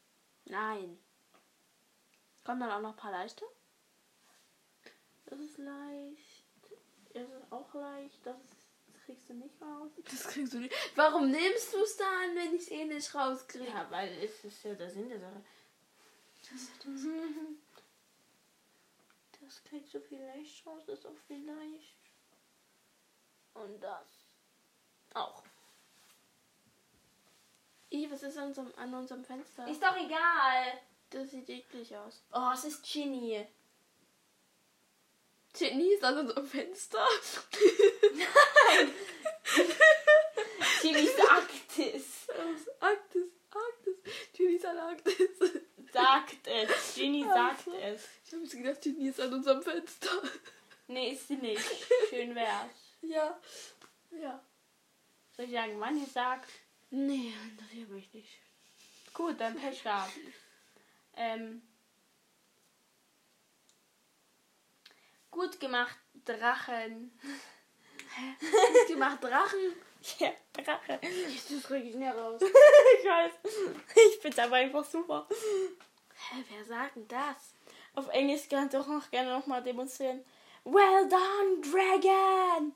[SPEAKER 2] Nein. Kommen dann auch noch ein paar leichte?
[SPEAKER 1] Das ist leicht. Das ist auch leicht. Das kriegst du nicht raus.
[SPEAKER 2] Das kriegst du nicht. Warum nimmst du es dann, wenn ich es eh nicht rauskriege?
[SPEAKER 1] Ja, weil es ist ja der Sinn der Sache. Das kriegst du vielleicht raus, ist auch vielleicht. Und das auch.
[SPEAKER 2] Ih, was ist an unserem, an unserem Fenster?
[SPEAKER 1] Ist doch egal.
[SPEAKER 2] das sieht eklig aus.
[SPEAKER 1] Oh, es ist Ginny.
[SPEAKER 2] Jenny ist an unserem Fenster.
[SPEAKER 1] Ginny sagt es.
[SPEAKER 2] Arktis, Arktis. Jenny ist an der Arktis.
[SPEAKER 1] Sagt es. Ginny sagt es.
[SPEAKER 2] Ich habe jetzt gedacht, Jenny ist an unserem Fenster.
[SPEAKER 1] Nee, ist sie nicht. Schön wär's.
[SPEAKER 2] Ja. Ja.
[SPEAKER 1] Soll ich sagen, Manni sagt?
[SPEAKER 2] Nee, das hier möchte ich nicht.
[SPEAKER 1] Gut, dann Pech gehabt. Ähm. Gut gemacht, Drachen.
[SPEAKER 2] Ist gemacht Drachen?
[SPEAKER 1] Ja, Drache.
[SPEAKER 2] Das kriege ich nicht raus.
[SPEAKER 1] Ich weiß. Ich find's aber einfach super.
[SPEAKER 2] Hä, wer sagt denn das?
[SPEAKER 1] Auf Englisch kann ich doch noch gerne nochmal demonstrieren. Well done, Dragon!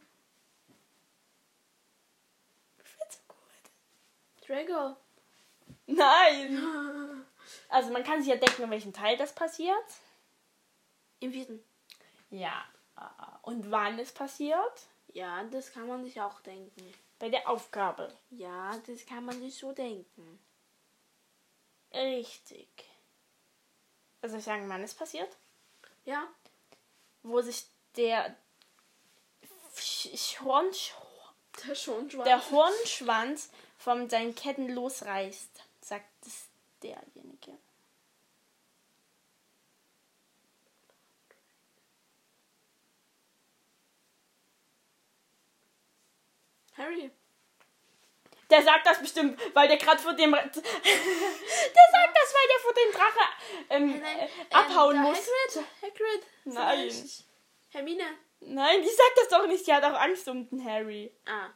[SPEAKER 1] Ich find's so gut.
[SPEAKER 2] Drago.
[SPEAKER 1] Nein! Also man kann sich ja denken, in welchem Teil das passiert.
[SPEAKER 2] Im vierten.
[SPEAKER 1] Ja. Und wann es passiert.
[SPEAKER 2] Ja, das kann man sich auch denken.
[SPEAKER 1] Bei der Aufgabe.
[SPEAKER 2] Ja, das kann man sich so denken.
[SPEAKER 1] Richtig. Also soll ich sagen, wann es passiert?
[SPEAKER 2] Ja.
[SPEAKER 1] Wo sich der Sch- Sch- Hornsch
[SPEAKER 2] Der schon schwarz.
[SPEAKER 1] der Hornschwanz von seinen Ketten losreißt, sagt es derjenige.
[SPEAKER 2] Harry.
[SPEAKER 1] Der sagt das bestimmt, weil der gerade vor dem. der sagt das, weil der vor dem Drache ähm, äh, abhauen
[SPEAKER 2] der
[SPEAKER 1] muss.
[SPEAKER 2] Hagrid. Hagrid.
[SPEAKER 1] Nein.
[SPEAKER 2] vielleicht. Hermine.
[SPEAKER 1] Nein, die sagt das doch nicht. Die hat auch Angst um den Harry.
[SPEAKER 2] Ah.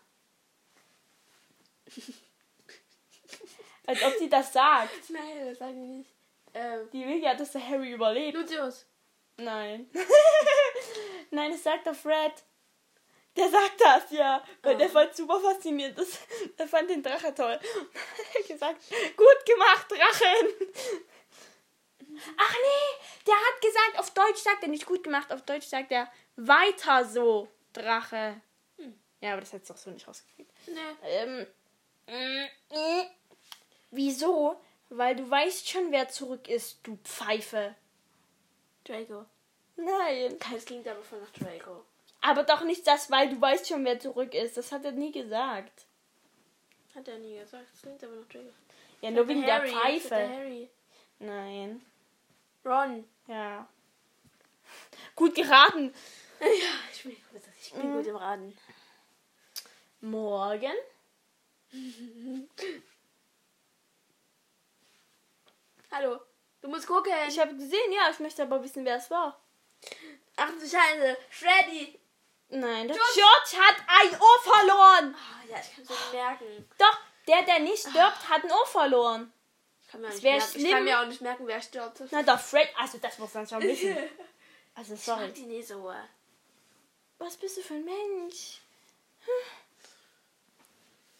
[SPEAKER 1] Als ob sie das sagt.
[SPEAKER 2] Nein, das sage ich nicht. Ähm.
[SPEAKER 1] Die will ja, dass der Harry überlebt.
[SPEAKER 2] Lucius.
[SPEAKER 1] Nein. Nein, es sagt der Fred. Der sagt das, ja. Weil der
[SPEAKER 2] Ah.
[SPEAKER 1] war super fasziniert. Das, der fand den Drache toll. Er hat gesagt, gut gemacht, Drachen. Ach nee, der hat gesagt, auf Deutsch sagt er nicht gut gemacht, auf Deutsch sagt er weiter so, Drache. Ja, aber das hättest du doch so nicht rausgekriegt.
[SPEAKER 2] Ne.
[SPEAKER 1] Ähm, mm, mm. wieso? Weil du weißt schon, wer zurück ist, du Pfeife.
[SPEAKER 2] Draco.
[SPEAKER 1] Nein.
[SPEAKER 2] Das klingt aber voll nach Draco.
[SPEAKER 1] Aber doch nicht das, weil du weißt schon, wer zurück ist. Das hat er nie gesagt.
[SPEAKER 2] Hat er nie gesagt. Das klingt aber nach Draco.
[SPEAKER 1] Ja, nur wegen der
[SPEAKER 2] Harry, Der
[SPEAKER 1] Pfeife.
[SPEAKER 2] Harry.
[SPEAKER 1] Nein.
[SPEAKER 2] Ron.
[SPEAKER 1] Ja. Gut geraten.
[SPEAKER 2] Ich bin gut, ich
[SPEAKER 1] Mhm.
[SPEAKER 2] bin gut im Raten.
[SPEAKER 1] Morgen.
[SPEAKER 2] Hallo. Du musst gucken.
[SPEAKER 1] Ich habe gesehen, ja, ich möchte aber wissen, wer es war.
[SPEAKER 2] Ach du Scheiße. Freddy.
[SPEAKER 1] Nein, der George, hat ein Ohr verloren.
[SPEAKER 2] Ah, ja, ich kann es
[SPEAKER 1] Oh.
[SPEAKER 2] nicht merken.
[SPEAKER 1] Doch, der, der
[SPEAKER 2] Ah.
[SPEAKER 1] nicht stirbt, hat ein Ohr verloren.
[SPEAKER 2] Ich kann mir, auch
[SPEAKER 1] Es
[SPEAKER 2] nicht
[SPEAKER 1] wär
[SPEAKER 2] merken. Ich
[SPEAKER 1] schlimm.
[SPEAKER 2] kann mir auch nicht merken, wer stirbt. Das
[SPEAKER 1] Na, der Fred, also das muss man schon wissen. Also, sorry.
[SPEAKER 2] macht die nie so.
[SPEAKER 1] Was bist du für ein Mensch?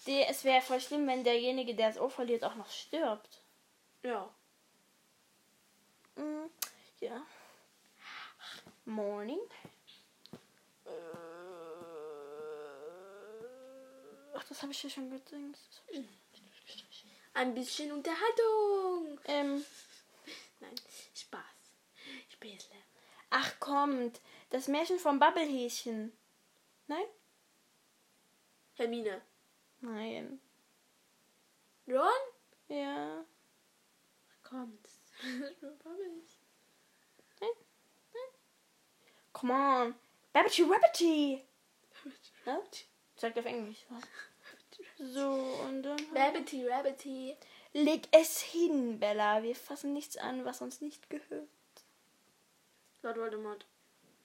[SPEAKER 1] Der, Hm. es wäre voll schlimm, wenn derjenige, der das Ohr verliert, auch noch stirbt.
[SPEAKER 2] Ja.
[SPEAKER 1] Mm, ja. Morning. Ach, das habe ich ja schon gedingt.
[SPEAKER 2] Ein bisschen Unterhaltung.
[SPEAKER 1] Ähm,
[SPEAKER 2] Nein, Spaß. Ich besle.
[SPEAKER 1] ach kommt, das Märchen vom Bubblehäschen. Nein?
[SPEAKER 2] Hermine.
[SPEAKER 1] Nein.
[SPEAKER 2] Ron?
[SPEAKER 1] Ja.
[SPEAKER 2] Kommt.
[SPEAKER 1] Come on. Babbity Rabbity. Ne? Sagt auf Englisch. So, und dann...
[SPEAKER 2] Rabbity, Rabbity.
[SPEAKER 1] Leg es hin, Bella. Wir fassen nichts an, was uns nicht gehört.
[SPEAKER 2] Lord Voldemort.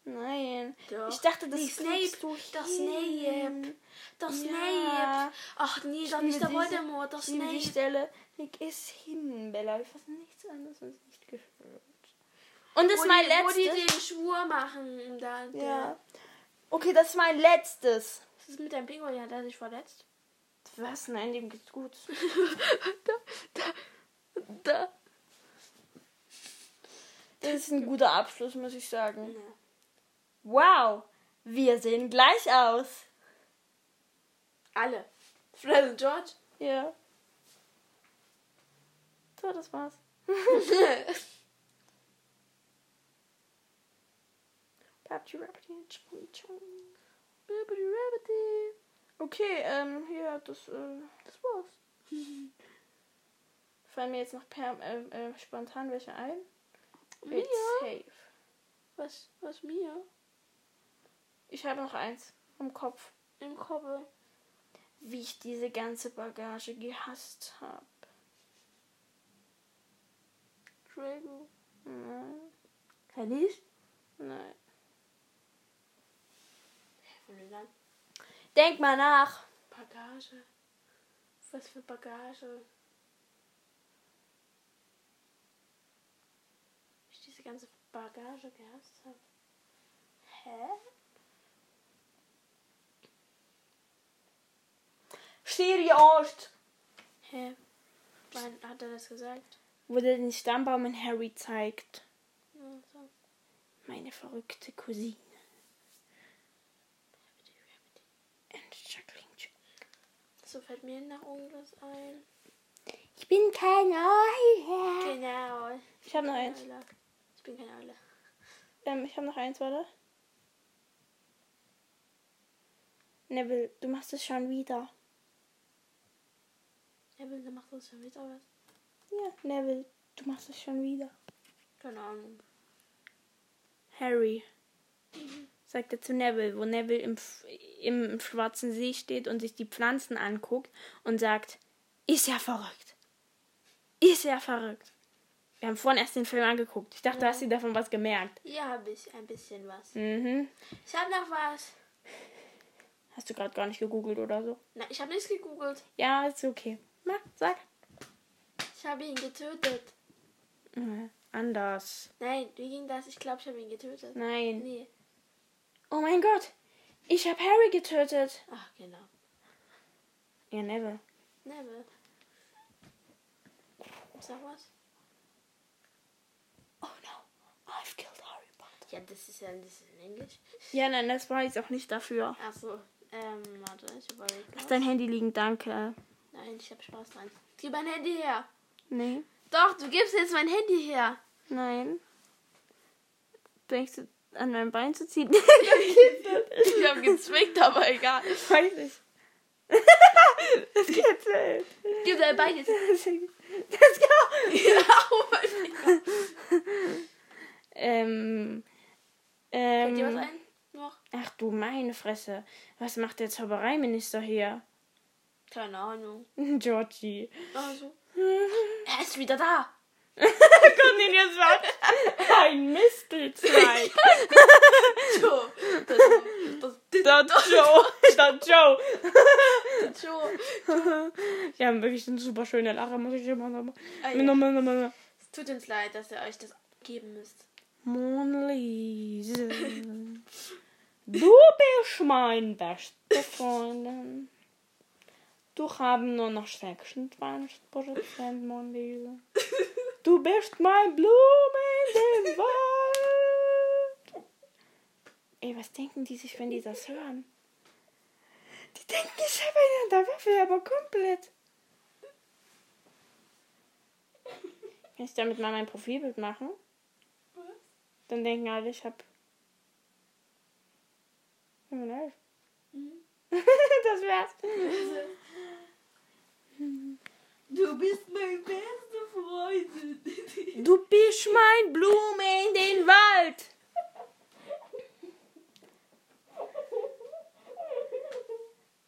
[SPEAKER 1] Nein.
[SPEAKER 2] Doch.
[SPEAKER 1] Ich dachte, das
[SPEAKER 2] Nee,
[SPEAKER 1] kriegst du
[SPEAKER 2] Snape. Doch
[SPEAKER 1] hin.
[SPEAKER 2] Snape. Doch
[SPEAKER 1] Ja.
[SPEAKER 2] Snape. Ach nee, doch
[SPEAKER 1] liebe
[SPEAKER 2] nicht der
[SPEAKER 1] diese-
[SPEAKER 2] Voldemort. Doch
[SPEAKER 1] Ich nehme die
[SPEAKER 2] Snape.
[SPEAKER 1] Stelle. Leg es hin, Bella. Wir fassen nichts an, was uns nicht gehört. Und das
[SPEAKER 2] Wo
[SPEAKER 1] ist mein
[SPEAKER 2] die, wo die
[SPEAKER 1] letztes.
[SPEAKER 2] den Schwur machen. Und dann,
[SPEAKER 1] Ja. Okay, das ist mein letztes.
[SPEAKER 2] Was ist mit deinem Pinguin? Hat er sich verletzt?
[SPEAKER 1] Was? Nein, dem geht's gut.
[SPEAKER 2] Da.
[SPEAKER 1] Das ist ein guter Abschluss, muss ich sagen.
[SPEAKER 2] Ja.
[SPEAKER 1] Wow. Wir sehen gleich aus.
[SPEAKER 2] Alle. Fred und George.
[SPEAKER 1] Ja. So, das war's. Babty Rabbity. tschung, tschung. Bibbidi Rabbity. Okay, ähm, ja, das, äh, das war's. Fallen mir jetzt noch per, äh, äh, spontan welche ein?
[SPEAKER 2] Mia?
[SPEAKER 1] It's safe.
[SPEAKER 2] Was, was mir?
[SPEAKER 1] Ich habe noch eins im Kopf.
[SPEAKER 2] Im Kopf.
[SPEAKER 1] Wie ich diese ganze Bagage gehasst habe.
[SPEAKER 2] Drago.
[SPEAKER 1] Nein.
[SPEAKER 2] Kann ich?
[SPEAKER 1] Hm. Nein. Denk mal nach.
[SPEAKER 2] Bagage. Was für Bagage? Ich diese ganze Bagage gehasst habe. Hä?
[SPEAKER 1] Schiri Ost.
[SPEAKER 2] Hä? Wann hat er das gesagt?
[SPEAKER 1] Wo der den Stammbaum in Harry zeigt.
[SPEAKER 2] Ja, so.
[SPEAKER 1] Meine verrückte Cousine. And Jacqueline Jo-
[SPEAKER 2] So fällt mir noch irgendwas ein.
[SPEAKER 1] Ich bin kein Eule.
[SPEAKER 2] Genau.
[SPEAKER 1] Ich habe noch eins.
[SPEAKER 2] Eule. Ich bin keine Eule.
[SPEAKER 1] Ähm, ich habe noch eins, warte. Neville, du machst es schon wieder.
[SPEAKER 2] Evelyn, der macht uns schon wieder was.
[SPEAKER 1] Ja, Neville, du machst es schon wieder.
[SPEAKER 2] Keine Ahnung.
[SPEAKER 1] Harry, sagt er zu Neville, wo Neville im, F- im schwarzen See steht und sich die Pflanzen anguckt und sagt, ist ja verrückt. Ist ja verrückt. Wir haben vorhin erst den Film angeguckt. Ich dachte, du hast dir davon was gemerkt.
[SPEAKER 2] Ja, hab ich ein bisschen was.
[SPEAKER 1] Mhm.
[SPEAKER 2] Ich hab noch was.
[SPEAKER 1] Hast du gerade gar nicht gegoogelt oder so?
[SPEAKER 2] Nein, ich habe nichts gegoogelt.
[SPEAKER 1] Ja, ist okay. Na, sag.
[SPEAKER 2] Ich habe ihn getötet.
[SPEAKER 1] Mhm. Anders.
[SPEAKER 2] Nein, wie ging das? Ich glaube, ich habe ihn getötet.
[SPEAKER 1] Nein.
[SPEAKER 2] Nee.
[SPEAKER 1] Oh mein Gott. Ich habe Harry getötet.
[SPEAKER 2] Ach, genau.
[SPEAKER 1] Ja, Neville.
[SPEAKER 2] Neville. Sag was?
[SPEAKER 1] Oh no. I've killed Harry Potter.
[SPEAKER 2] Ja, das ist ja das ist in Englisch.
[SPEAKER 1] Ja, nein, das war jetzt auch nicht dafür.
[SPEAKER 2] Achso. Ähm, warte, ich überlege.
[SPEAKER 1] Lass dein Handy liegen, danke.
[SPEAKER 2] Nein, ich habe Spaß dran. Gib mein Handy her.
[SPEAKER 1] Nee,
[SPEAKER 2] Doch, du gibst jetzt mein Handy her.
[SPEAKER 1] nein. Denkst du, an meinem Bein zu ziehen?
[SPEAKER 2] Ich habe gezwickt, aber egal.
[SPEAKER 1] Weiß ich. Das geht nicht.
[SPEAKER 2] Gib dein Bein jetzt.
[SPEAKER 1] Das geht. Ähm.
[SPEAKER 2] Fällt dir was
[SPEAKER 1] Ähm.
[SPEAKER 2] ein? Noch?
[SPEAKER 1] Ach du meine Fresse. Was macht der Zaubereiminister hier?
[SPEAKER 2] Keine Ahnung.
[SPEAKER 1] Georgie.
[SPEAKER 2] Also. Er ist wieder da.
[SPEAKER 1] Cornelius war ein Mistelzweig.
[SPEAKER 2] Joe. Das, das,
[SPEAKER 1] Dot Joe. Dot Joe.
[SPEAKER 2] das, Joe.
[SPEAKER 1] Die haben wirklich eine super schöne Lache, muss ich immer nochmal.
[SPEAKER 2] Ah, ja.
[SPEAKER 1] Nochmal, nochmal, nochmal.
[SPEAKER 2] Es tut uns leid, dass ihr euch das geben müsst.
[SPEAKER 1] Mona Lisa. Du bist mein beste Freundin. Du haben nur noch 26% Mona Lisa. Du bist mein Blume in dem Wald. Ey, was denken die sich, wenn die das hören? Die denken, ich habe einen an der Waffel, aber komplett. Kann ich damit mal mein Profilbild machen? Dann denken alle, ich hab. Kriminell. das wär's.
[SPEAKER 2] Du bist mein beste Freund.
[SPEAKER 1] Du bist mein Blume in den Wald.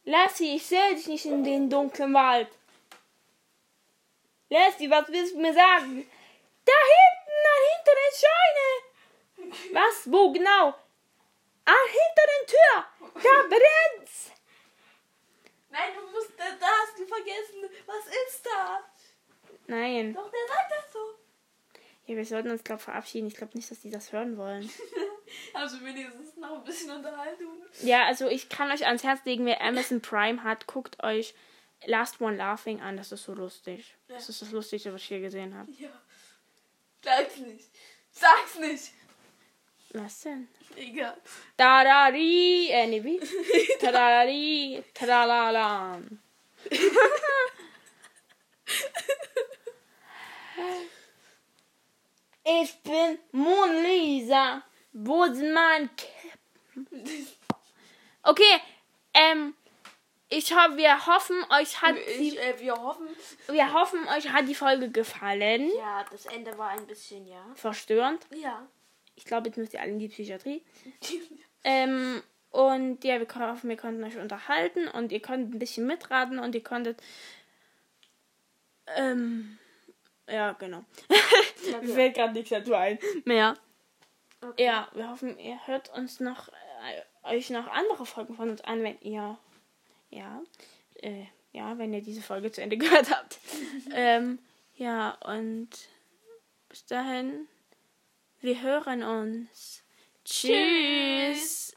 [SPEAKER 1] Lassi, ich sehe dich nicht in den dunklen Wald. Lassi, was willst du mir sagen? Da hinten, da hinter der Scheune. Was? Wo genau? Ah, hinter der Tür. Da brennt's.
[SPEAKER 2] Nein, du musst, da, da hast du vergessen. Was ist da?
[SPEAKER 1] Nein.
[SPEAKER 2] Doch, der sagt das so.
[SPEAKER 1] Ja, wir sollten uns, glaube ich, verabschieden. Ich glaube nicht, dass die das hören wollen.
[SPEAKER 2] Also wenigstens noch ein bisschen Unterhaltung.
[SPEAKER 1] Ja, also ich kann euch ans Herz legen, wer Amazon Prime hat, guckt euch Last One Laughing an. Das ist so lustig. Das ist das Lustigste, was ich hier gesehen habe.
[SPEAKER 2] Ja. Sag's nicht. Sag's nicht.
[SPEAKER 1] Was denn?
[SPEAKER 2] Egal.
[SPEAKER 1] Tarari, äh, nee, wie? Tarari, taralala. Ich bin Mona Lisa. Wo sind meine Kippen? Okay, ähm, ich hoffe, wir hoffen, euch hat
[SPEAKER 2] Ich,
[SPEAKER 1] die,
[SPEAKER 2] äh, wir hoffen.
[SPEAKER 1] wir hoffen, euch hat die Folge gefallen.
[SPEAKER 2] Ja, das Ende war ein bisschen, ja.
[SPEAKER 1] Verstörend.
[SPEAKER 2] Ja.
[SPEAKER 1] Ich glaube, jetzt müsst ihr alle in die Psychiatrie. Ähm, und ja, wir kon- hoffen, wir konnten euch unterhalten und ihr konntet ein bisschen mitraten und ihr konntet. Ähm, ja, genau. Mir fällt gerade nichts dazu ein. Mehr.
[SPEAKER 2] Okay.
[SPEAKER 1] Ja, wir hoffen, ihr hört uns noch, äh, euch noch andere Folgen von uns an, wenn ihr. Ja. Äh, ja, wenn ihr diese Folge zu Ende gehört habt. ähm, ja, und bis dahin, wir hören uns. Tschüss.